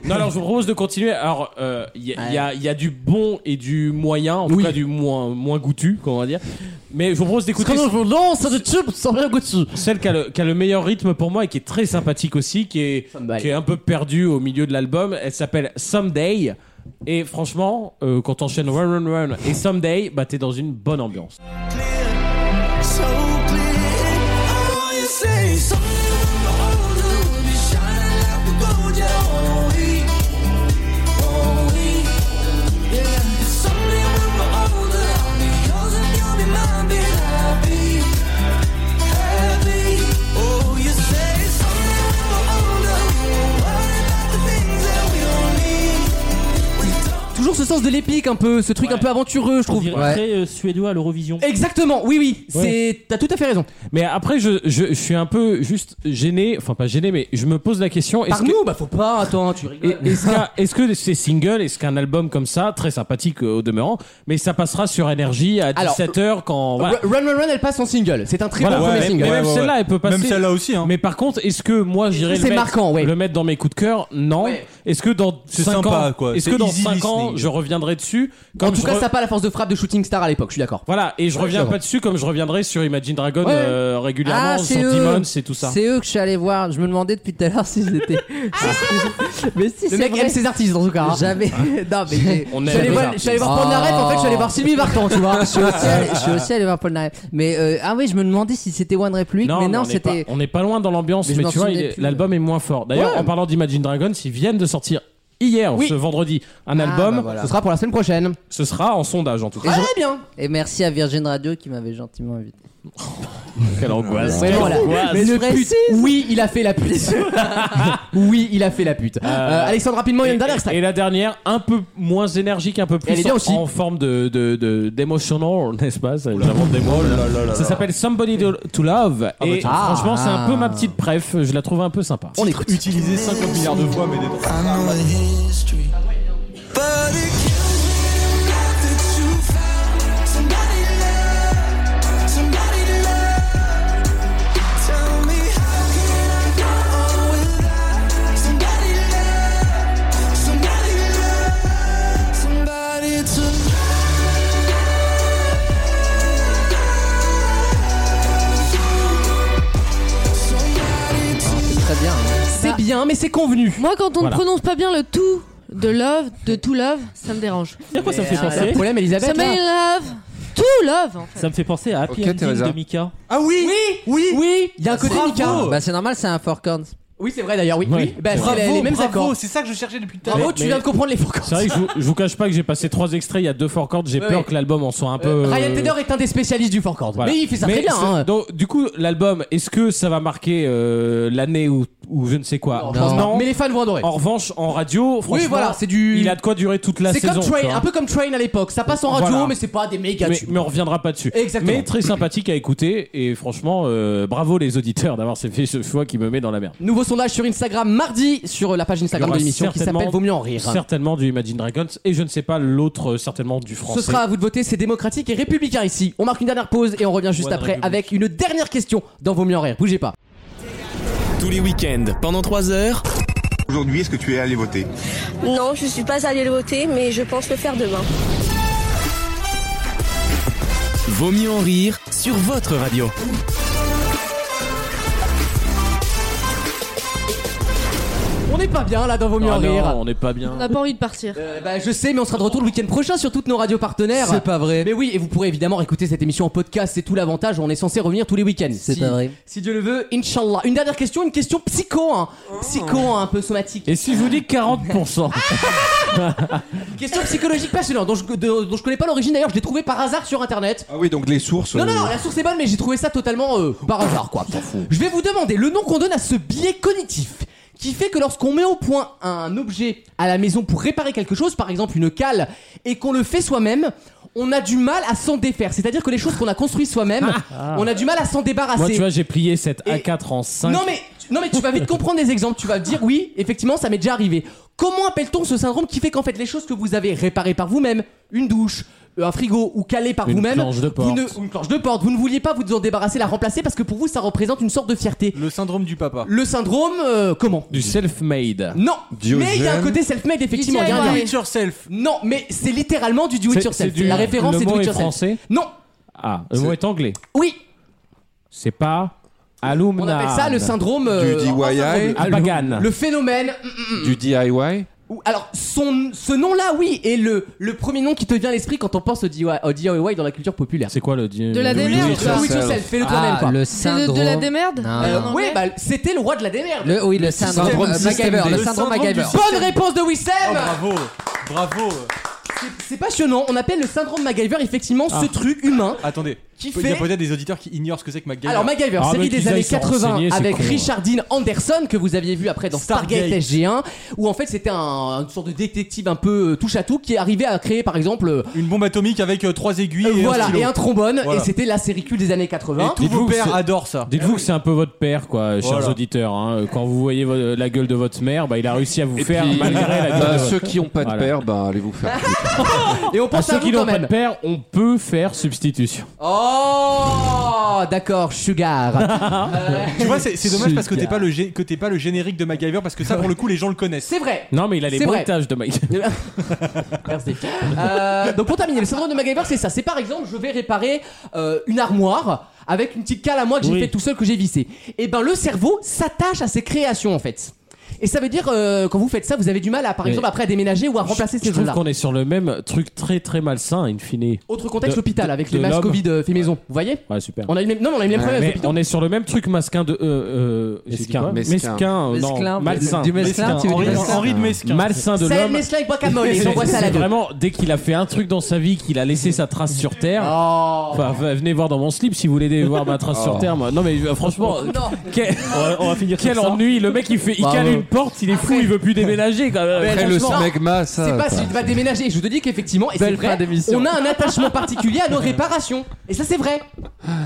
C: non, alors je vous propose de continuer. Alors, euh, il y, a- il y a- il y a du bon et du moyen, en tout
B: Oui.
C: cas du moins, moins goûtu, comment on va dire. Mais je vous propose d'écouter
B: Comment je vous lance de tube sans rien goûter
C: celle qui a, le, qui a le meilleur rythme pour moi et qui est très sympathique aussi, qui est,
B: Someday.
C: qui est un peu perdue au milieu de l'album. Elle s'appelle Someday. Et franchement, euh, quand t'enchaînes Run Run Run et Someday, bah t'es dans une bonne ambiance.
B: Toujours ce sens de l'épique un peu, ce truc
H: Ouais.
B: un peu aventureux, je
H: On
B: trouve.
H: dirait
F: Ouais.
H: très euh, suédois à l'Eurovision.
B: Exactement, oui, oui, c'est t'as tout à fait raison.
C: Mais après, je, je, je suis un peu juste gêné, enfin pas gêné, mais je me pose la question. est-ce
B: Par
C: que-
B: nous, bah faut pas, attends, tu
C: Et-
B: rigoles.
C: Est-ce qu'un- est-ce que ces singles, est-ce qu'un album comme ça, très sympathique euh, au demeurant, mais ça passera sur énergie à
B: Alors,
C: 17h quand.
B: Ru-
C: voilà.
B: Run Run Run, elle passe en single. C'est un très
C: Voilà,
B: bon
C: ouais,
B: premier
C: mais-
B: single.
C: mais même
E: ouais,
C: celle-là,
E: ouais.
C: elle peut passer.
E: Même celle-là aussi. Hein.
C: Mais par contre, est-ce que moi j'irai le,
B: C'est
C: mettre-
B: marquant, ouais.
C: le mettre dans mes coups de cœur Non.
B: Ouais.
C: Est-ce que dans
E: C'est
C: 5
E: sympa,
C: ans,
E: quoi.
C: Est-ce que
E: C'est
C: dans
E: easy
C: 5 ans,
E: listening.
C: je reviendrai dessus
B: En
C: comme
B: tout
C: je
B: cas,
C: re-
B: ça n'a pas la force de frappe de Shooting Star à l'époque, je suis d'accord.
C: Voilà, et je reviens
B: j'avoue.
C: pas dessus comme je reviendrai sur Imagine Dragon
B: Ouais.
C: euh, régulièrement,
F: Ah,
C: sur
F: c'est eux.
C: Demons et tout ça.
F: C'est eux que je suis allé voir. Je me demandais depuis tout à l'heure s'ils étaient. mais si
B: Le
F: c'est
B: mec
F: vrai.
B: aime ses artistes en tout cas. hein.
F: J'avais. Non, mais. j'ai-
C: On
B: Je suis allé
C: aime les
B: voir- je suis allé voir
F: Oh.
B: Polnareff, en fait, je suis allé voir Sylvie Vartan, tu vois.
F: Je suis aussi allé- je suis aussi allé voir Paul Naref. Mais euh, ah oui, je me demandais si c'était One Republic,
C: Non,
F: mais
C: mais
F: non,
C: on est pas-
F: c'était.
C: on n'est pas loin dans l'ambiance,
F: Mais je
C: mais,
F: m'en
C: tu vois,
F: souvenais
C: il est-
F: plus.
C: l'album est moins fort. D'ailleurs, en parlant d'Imagine Dragons, ils viennent de sortir hier,
B: Oui.
C: ce vendredi, un
F: Ah,
C: album.
F: bah voilà. Ah
B: Ce sera pour la semaine prochaine.
C: Ce sera en sondage en tout cas.
B: Très bien.
F: Et merci à Virgin Radio qui m'avait gentiment invité.
C: Quelle angoisse.
B: Ouais,
C: Quelle
B: voilà.
C: angoisse.
B: Mais
F: Je
B: le pute,
F: précise.
B: oui, il a fait la pute. oui, il a fait la pute. Euh, Alexandre, rapidement, il y a une dernière
C: Et
B: extrait.
C: la dernière, un peu moins énergique, un peu
B: Elle est
C: plus
B: bien
C: en,
B: aussi.
C: en forme de de- de- d'émotional, n'est-ce pas Ça, j'invente des mots, là. Ça s'appelle Somebody to, to Love. et
F: Ah.
C: franchement, c'est un peu ma petite préf. Je la trouve un peu sympa.
B: On écoute.
E: Utilisé 50 milliards de fois, mais des droits.
F: C'est très bien. hein.
B: C'est bien, mais c'est convenu.
G: Moi, quand on ne
C: Voilà.
G: prononce pas bien le tout, de love, de tout love, ça me dérange.
H: À quoi ça me fait penser
G: Ça me love, tout love. en fait.
H: Ça me fait penser à Happy
F: Ok,
H: Ending
F: Teresa.
H: de Mika.
B: Ah oui Oui Oui Oui Il y a un côté Mika.
F: Bah, c'est normal, c'est un four corns.
B: Oui, c'est vrai d'ailleurs, oui. oui. Bah, c'est
C: Bravo,
B: les, les mêmes
E: bravo,
B: accords.
E: c'est ça que je cherchais depuis tout à
B: Bravo,
E: l'heure.
B: tu viens de comprendre les four chords.
C: C'est vrai que je vous, je vous cache pas que j'ai passé trois extraits, il y a deux four chords, j'ai
B: Ouais,
C: peur
B: ouais.
C: que l'album en soit un peu.
B: Euh, Ryan
C: euh,
B: Tedder est un des spécialistes du four chord.
C: voilà.
B: Mais il fait ça très bien.
C: c'est-
B: hein.
C: donc, du coup, l'album, est-ce que ça va marquer euh, l'année ou, ou je ne sais quoi
B: je pense pas. Mais les fans vont adorer.
C: En revanche, en radio, franchement,
B: voilà, c'est du-
C: il a de quoi durer toute la
B: C'est
C: saison.
B: comme
C: tu
B: Train,
C: vois.
B: un peu comme Train à l'époque. Ça passe en radio,
C: Voilà.
B: mais c'est pas des méga
C: mais,
B: tubes.
C: mais on reviendra pas dessus.
B: Exactement.
C: Mais très sympathique à écouter et franchement, euh, bravo les auditeurs d'avoir fait ce choix qui me met dans la merde.
B: Nouveau sondage sur Instagram mardi sur la page Instagram de
C: Il y aura
B: l'émission qui
C: certainement-
B: s'appelle Vaut mieux en rire.
C: Certainement du Imagine Dragons et je ne sais pas l'autre, euh, certainement du français.
B: Ce sera à vous de voter, c'est démocratique et républicain ici. On marque une dernière pause et on revient juste
C: Bonne
B: après
C: République.
B: avec une dernière question dans Vaut mieux en rire. Bougez pas.
A: Tous les week-ends, pendant 3 heures.
O: Aujourd'hui, est-ce que tu es allé voter
P: Non, je suis pas allée le voter, mais je pense le faire demain.
A: Vaut mieux en rire sur votre radio.
E: Oh,
B: On n'est pas bien là dans Vaut mieux
C: Ah
B: en
C: non,
B: rire.
C: on n'est pas bien.
G: On n'a pas envie de partir.
B: Bah, je sais, mais on sera de retour le week-end prochain sur toutes nos radios partenaires.
F: C'est pas
B: vrai. Mais oui, et vous pourrez évidemment écouter cette émission en podcast, c'est tout l'avantage. On est censé revenir tous les week-ends.
F: C'est
B: Si-
F: pas vrai.
B: Si Dieu le veut, Inch'Allah. Une dernière question, une question psycho, hein. Psycho, hein, un peu somatique.
C: Et si je vous dis 40%
B: Question psychologique passionnante, dont je, de- dont je connais pas l'origine d'ailleurs, je l'ai trouvé par hasard sur internet.
D: Ah oui, donc les sources.
B: Non, non,
D: euh,
B: non, la source est bonne, mais j'ai trouvé ça totalement euh, par hasard, quoi. Je vais vous demander le nom qu'on donne à ce biais cognitif qui fait que lorsqu'on met au point un objet à la maison pour réparer quelque chose, par exemple une cale, et qu'on le fait soi-même, on a du mal à s'en défaire. C'est-à-dire que les choses qu'on a construites soi-même, on a du mal à s'en débarrasser.
C: Moi, tu vois, j'ai plié cette A4 en 5.
B: Ah, Non mais, tu- non mais tu vas vite comprendre des exemples, tu vas dire oui, effectivement ça m'est déjà arrivé. Comment appelle-t-on ce syndrome qui fait qu'en fait les choses que vous avez réparées par vous-même, une douche, euh, un frigo ou calées par
C: Une
B: vous-même,
C: planche de
B: vous
C: porte.
B: ne- ou une planche de porte, vous ne vouliez pas vous en débarrasser, la remplacer parce que pour vous ça représente une sorte de fierté.
E: Le syndrome du papa.
B: Le syndrome, euh, comment
C: Du self-made.
B: Non
C: Diogène.
B: Mais il y a un côté self-made effectivement.
E: Du
B: il y a un-
E: do it yourself.
B: Non mais c'est littéralement du do
C: C'est-
B: it
C: c'est
B: yourself.
C: du-
B: La référence
C: le
B: c'est
C: mot
B: do it
C: est
B: yourself.
C: français
B: Non,
C: Ah, le mot est anglais.
B: oui,
C: C'est pas alumna. Ah,
B: on appelle ça le syndrome... euh,
D: Du DIY.
C: Albagan.
B: le phénomène... mm, mm, mm.
D: Du DIY.
B: Ou- Alors, son, ce nom-là, oui, est le, le premier nom qui te vient à l'esprit quand on pense au DIY, au DIY dans la culture populaire.
C: C'est quoi le dieu
G: De la démerde,
B: Do it
F: yourself.
B: yourself, fais-le toi-même, quoi.
F: Ah, le
G: C'est de,
F: syndrome.
G: de la démerde
F: Non,
B: Euh,
F: non.
B: oui, bah, c'était le roi de la démerde.
F: Le, oui, le syndrome,
D: syndrome
F: euh,
D: système D.
F: MacGyver, le syndrome
E: Le syndrome
F: MacGyver.
E: du-
B: Bonne réponse de Wissem
E: Oh, bravo, bravo.
B: C'est- C'est passionnant, on appelle le syndrome MacGyver effectivement ce truc humain.
E: Attendez, il
B: Qui
E: y a
B: fait-
E: peut-être des auditeurs qui ignorent ce que c'est que MacGyver.
B: Alors MacGyver,
C: Ah,
B: série
C: mais
B: des
C: qu'ils
B: années
C: aillent se
B: 80
C: renseigner, c'est
B: avec
C: con, ouais.
B: Richard Dean Anderson que vous aviez vu après dans Stargate,
E: Stargate.
B: SG1 où en fait c'était un, une sorte de détective un peu euh, touche à tout qui arrivait à créer par exemple euh,
E: Une bombe atomique avec euh, trois aiguilles et
B: voilà
E: un stylo.
B: et un trombone
E: Voilà.
B: et c'était la série culte des années 80.
E: Et tous
C: Dites-vous
E: vos
C: que c'est-
E: pères adorent ça.
C: Dites-vous que c'est un peu votre père, quoi, chers
E: Voilà.
C: auditeurs. hein. Quand vous voyez vo- la gueule de votre mère, bah, il a réussi à vous faire
D: puis,
B: euh,
C: malgré la gueule.
D: bah,
C: de votre-
D: ceux qui n'ont pas de
C: Voilà.
D: père, bah, allez vous faire. foutre.
B: Et on
C: À
B: pense à,
C: ceux
B: vous
C: qui
B: quand
C: n'ont pas
B: même.
C: de père, on peut faire substitution.
B: Oh, d'accord, Sugar. Euh,
E: Tu vois, c'est c'est dommage parce que t'es
C: Super.
E: pas, le gé- que t'es pas le générique de MacGyver parce que ça, pour le coup, les gens le connaissent.
B: c'est vrai.
C: Non, mais il a les
B: C'est vrai.
C: bruitages de Mike.
B: Merci. Euh, donc pour terminer, le syndrome de MacGyver, c'est ça. C'est par exemple, je vais réparer euh, une armoire avec une petite cale à moi que j'ai
H: Oui.
B: fait tout seul que j'ai vissée. Et ben le cerveau s'attache à ses créations en fait. Et ça veut dire euh, quand vous faites ça, vous avez du mal à par
C: Mais-
B: exemple après à déménager ou à remplacer
C: Je
B: ces
C: trouve
B: choses-là.
C: qu'on est sur le même truc très très malsain, in fine.
B: Autre contexte,
C: de-
B: l'hôpital
C: de-
B: avec
C: de
B: les masques
C: l'homme.
B: Covid euh, fait maison. Vous voyez
C: Ouais, super.
B: On a eu le même, non, mais on a eu le même problème. avec
C: Mais
B: l'hôpital.
C: on est sur le même truc masquin de. Euh, euh, j'ai dit
D: Mesquin.
C: quoi
D: Mesquin.
C: Mesquin, euh,
F: Mesclin,
C: non, malsain.
F: du mesclin, tu veux
B: Eh
E: Henri,
B: ben,
F: dire
D: Mesquin.
E: Henri de Mesquin.
C: Malsain de
B: C'est
C: l'homme.
B: Nestlé avec guacamole, ils envoient ça à
C: C'est
B: la gueule.
C: vraiment dès qu'il a fait un truc dans sa vie qu'il a laissé sa trace sur terre.
B: Oh.
C: Enfin, v- venez voir dans mon slip si vous voulez voir ma trace sur terre. Moi. Non mais euh, franchement,
B: Non.
C: quel,
H: On va, on va finir
C: quel
H: sur ça.
C: ennui Le mec il fait, il
D: Bravo.
C: cale une porte, il est fou, il veut plus déménager. Quand même.
D: Après le
B: franchement,
D: smegma, ça.
B: C'est pas
D: quoi.
B: si tu vas déménager. Je te dis qu'effectivement, et c'est
F: Belle fin
B: vrai,
F: d'émission.
B: on a un attachement particulier à nos réparations. Et ça, c'est vrai.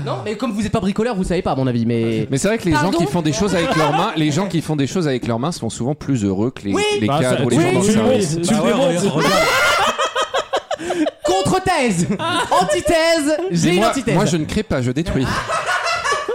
B: Non, mais comme vous n'êtes pas bricoleur, vous savez pas, à mon avis. Mais.
D: Mais c'est vrai que les gens
B: Pardon
D: qui font des choses avec leurs mains, les gens qui font des choses avec leurs mains sont souvent plus heureux que les,
B: Oui.
D: les
C: Bah,
D: cadres
C: ça-
D: ou les
C: oui,
D: gens dans le
C: tu le
D: service.
C: montres, tu le démontres.
B: Contre-thèse Antithèse
D: Mais
B: J'ai une
D: moi,
B: antithèse Ah.
D: moi, je ne crée pas, je détruis.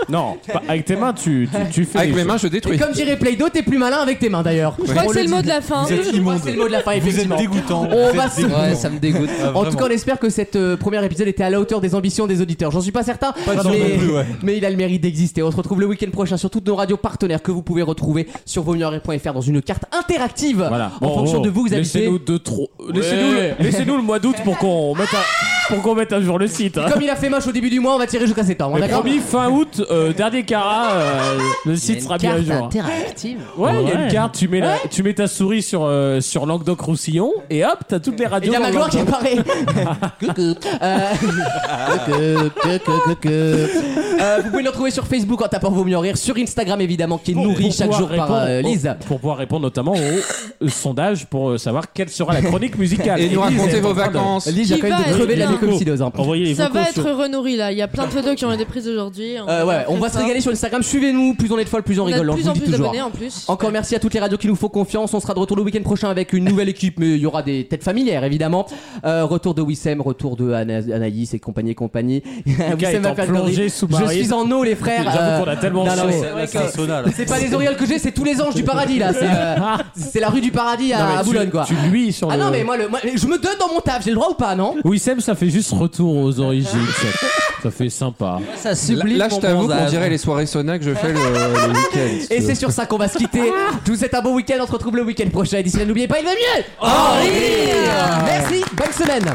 C: Non, pas- avec tes mains, tu, tu, tu fais.
D: Avec
C: les
D: mes
C: choses.
D: mains, je détruis.
B: Et comme dirait Play-Doh, t'es plus malin avec tes mains d'ailleurs.
G: Je crois que c'est le mot de la fin.
B: Je crois que C'est le mot de la fin, effectivement.
E: dégoûtant.
B: On
E: Vous êtes
B: va
E: Ah,
B: se-
E: dégoûtant.
F: Ouais, ça me dégoûte.
B: En tout cas, on espère que cet euh, premier épisode était à la hauteur des ambitions des auditeurs. J'en suis pas certain,
E: Pas sûr
B: mais,
E: non plus, ouais.
B: mais il a le mérite d'exister. On se retrouve le week-end prochain sur toutes nos radios partenaires que vous pouvez retrouver sur vosmieuxrire.fr dans une carte interactive
C: Voilà.
B: en
C: Bon,
B: fonction
C: bon,
B: oh, de vous, vous habitez.
C: Laissez-nous deux, trois- Laissez-nous le- laissez-nous le mois d'août pour qu'on mette, à- pour qu'on mette à jour le site. hein.
B: Comme il a fait moche au début du mois, on va tirer jusqu'à septembre.
C: Mais
B: D'accord
C: promis, fin août, euh, dernier cara, euh, le site sera bien à jour.
F: interactive.
C: Ouais, il y a
H: Ouais.
C: une carte, tu mets, la- tu mets ta souris sur, euh, sur Languedoc-Roussillon et hop, t'as toutes les
B: Et il
C: radios.
B: y a
C: dans
B: ma gloire qui
C: Languedoc.
B: apparaît. Coucou. Euh, coucou, coucou, coucou. Euh, vous pouvez nous retrouver sur Facebook en tapant Vaut mieux en rire, sur Instagram évidemment qui est
C: Pour-
B: nourri
C: pour
B: chaque
C: pouvoir
B: jour par
C: répondre-
B: euh, Lise.
C: Pour, pouvoir répondre notamment au sondage pour euh, savoir quelle sera la chronique musicale.
D: Et nous
C: Lise
D: raconter
C: est en
D: vos
C: train de-
D: vacances.
B: Euh, Lise a
G: Qui
B: quand même
G: va
B: de
G: être
B: crever de la
G: bien.
B: mucocydose. hein.
H: Envoyez les
G: Ça
H: vocaux
G: va
H: sur-
G: être renourri là. Il y a plein de photos qui ont été prises aujourd'hui.
B: Euh, ouais, on va se
G: faire
B: régaler sur Instagram. Suivez-nous, plus on est de folles, plus on
G: On a
B: rigole.
G: de
B: on
G: plus
B: vous
G: en
B: le dit
G: plus
B: toujours.
G: d'abonnés en plus.
B: Encore merci à toutes les radios qui nous font confiance. On sera de retour le week-end prochain avec une nouvelle équipe, mais il y aura des têtes familières évidemment. Euh, retour de Wissem, retour de Ana- Anaïs et compagnie et compagnie.
C: est en
B: va faire
C: plongée
B: pleurer. Je
C: sous-marine.
B: suis en eau les frères. Euh,
C: J'avoue qu'on a tellement
B: non, non,
C: chaud.
B: mais-
C: C'est vrai
B: c'est- C'est pas les Orioles que j'ai, c'est tous les anges du paradis là. C'est, euh, C'est la rue du paradis à,
C: Non, mais
B: à
C: tu-
B: Boulogne quoi.
C: Tu lui sur
B: Ah
C: le.
B: non mais moi, le, moi, je me donne dans mon taf, j'ai le droit ou pas non
C: Oui, Seb, ça fait juste retour aux origines. ça, ça fait sympa.
F: Ça
D: Là,
F: sublime.
D: là, je
F: mon
D: t'avoue qu'on
F: bronzage.
D: dirait les soirées sauna que je fais le, le week-end. si tu
B: Et
D: veux.
B: c'est sur ça qu'on va se quitter. Je vous souhaite un bon
C: Oh,
B: week-end. On se retrouve le week-end prochain. Et d'ici là, n'oubliez pas, il va mieux. Merci. Bonne semaine.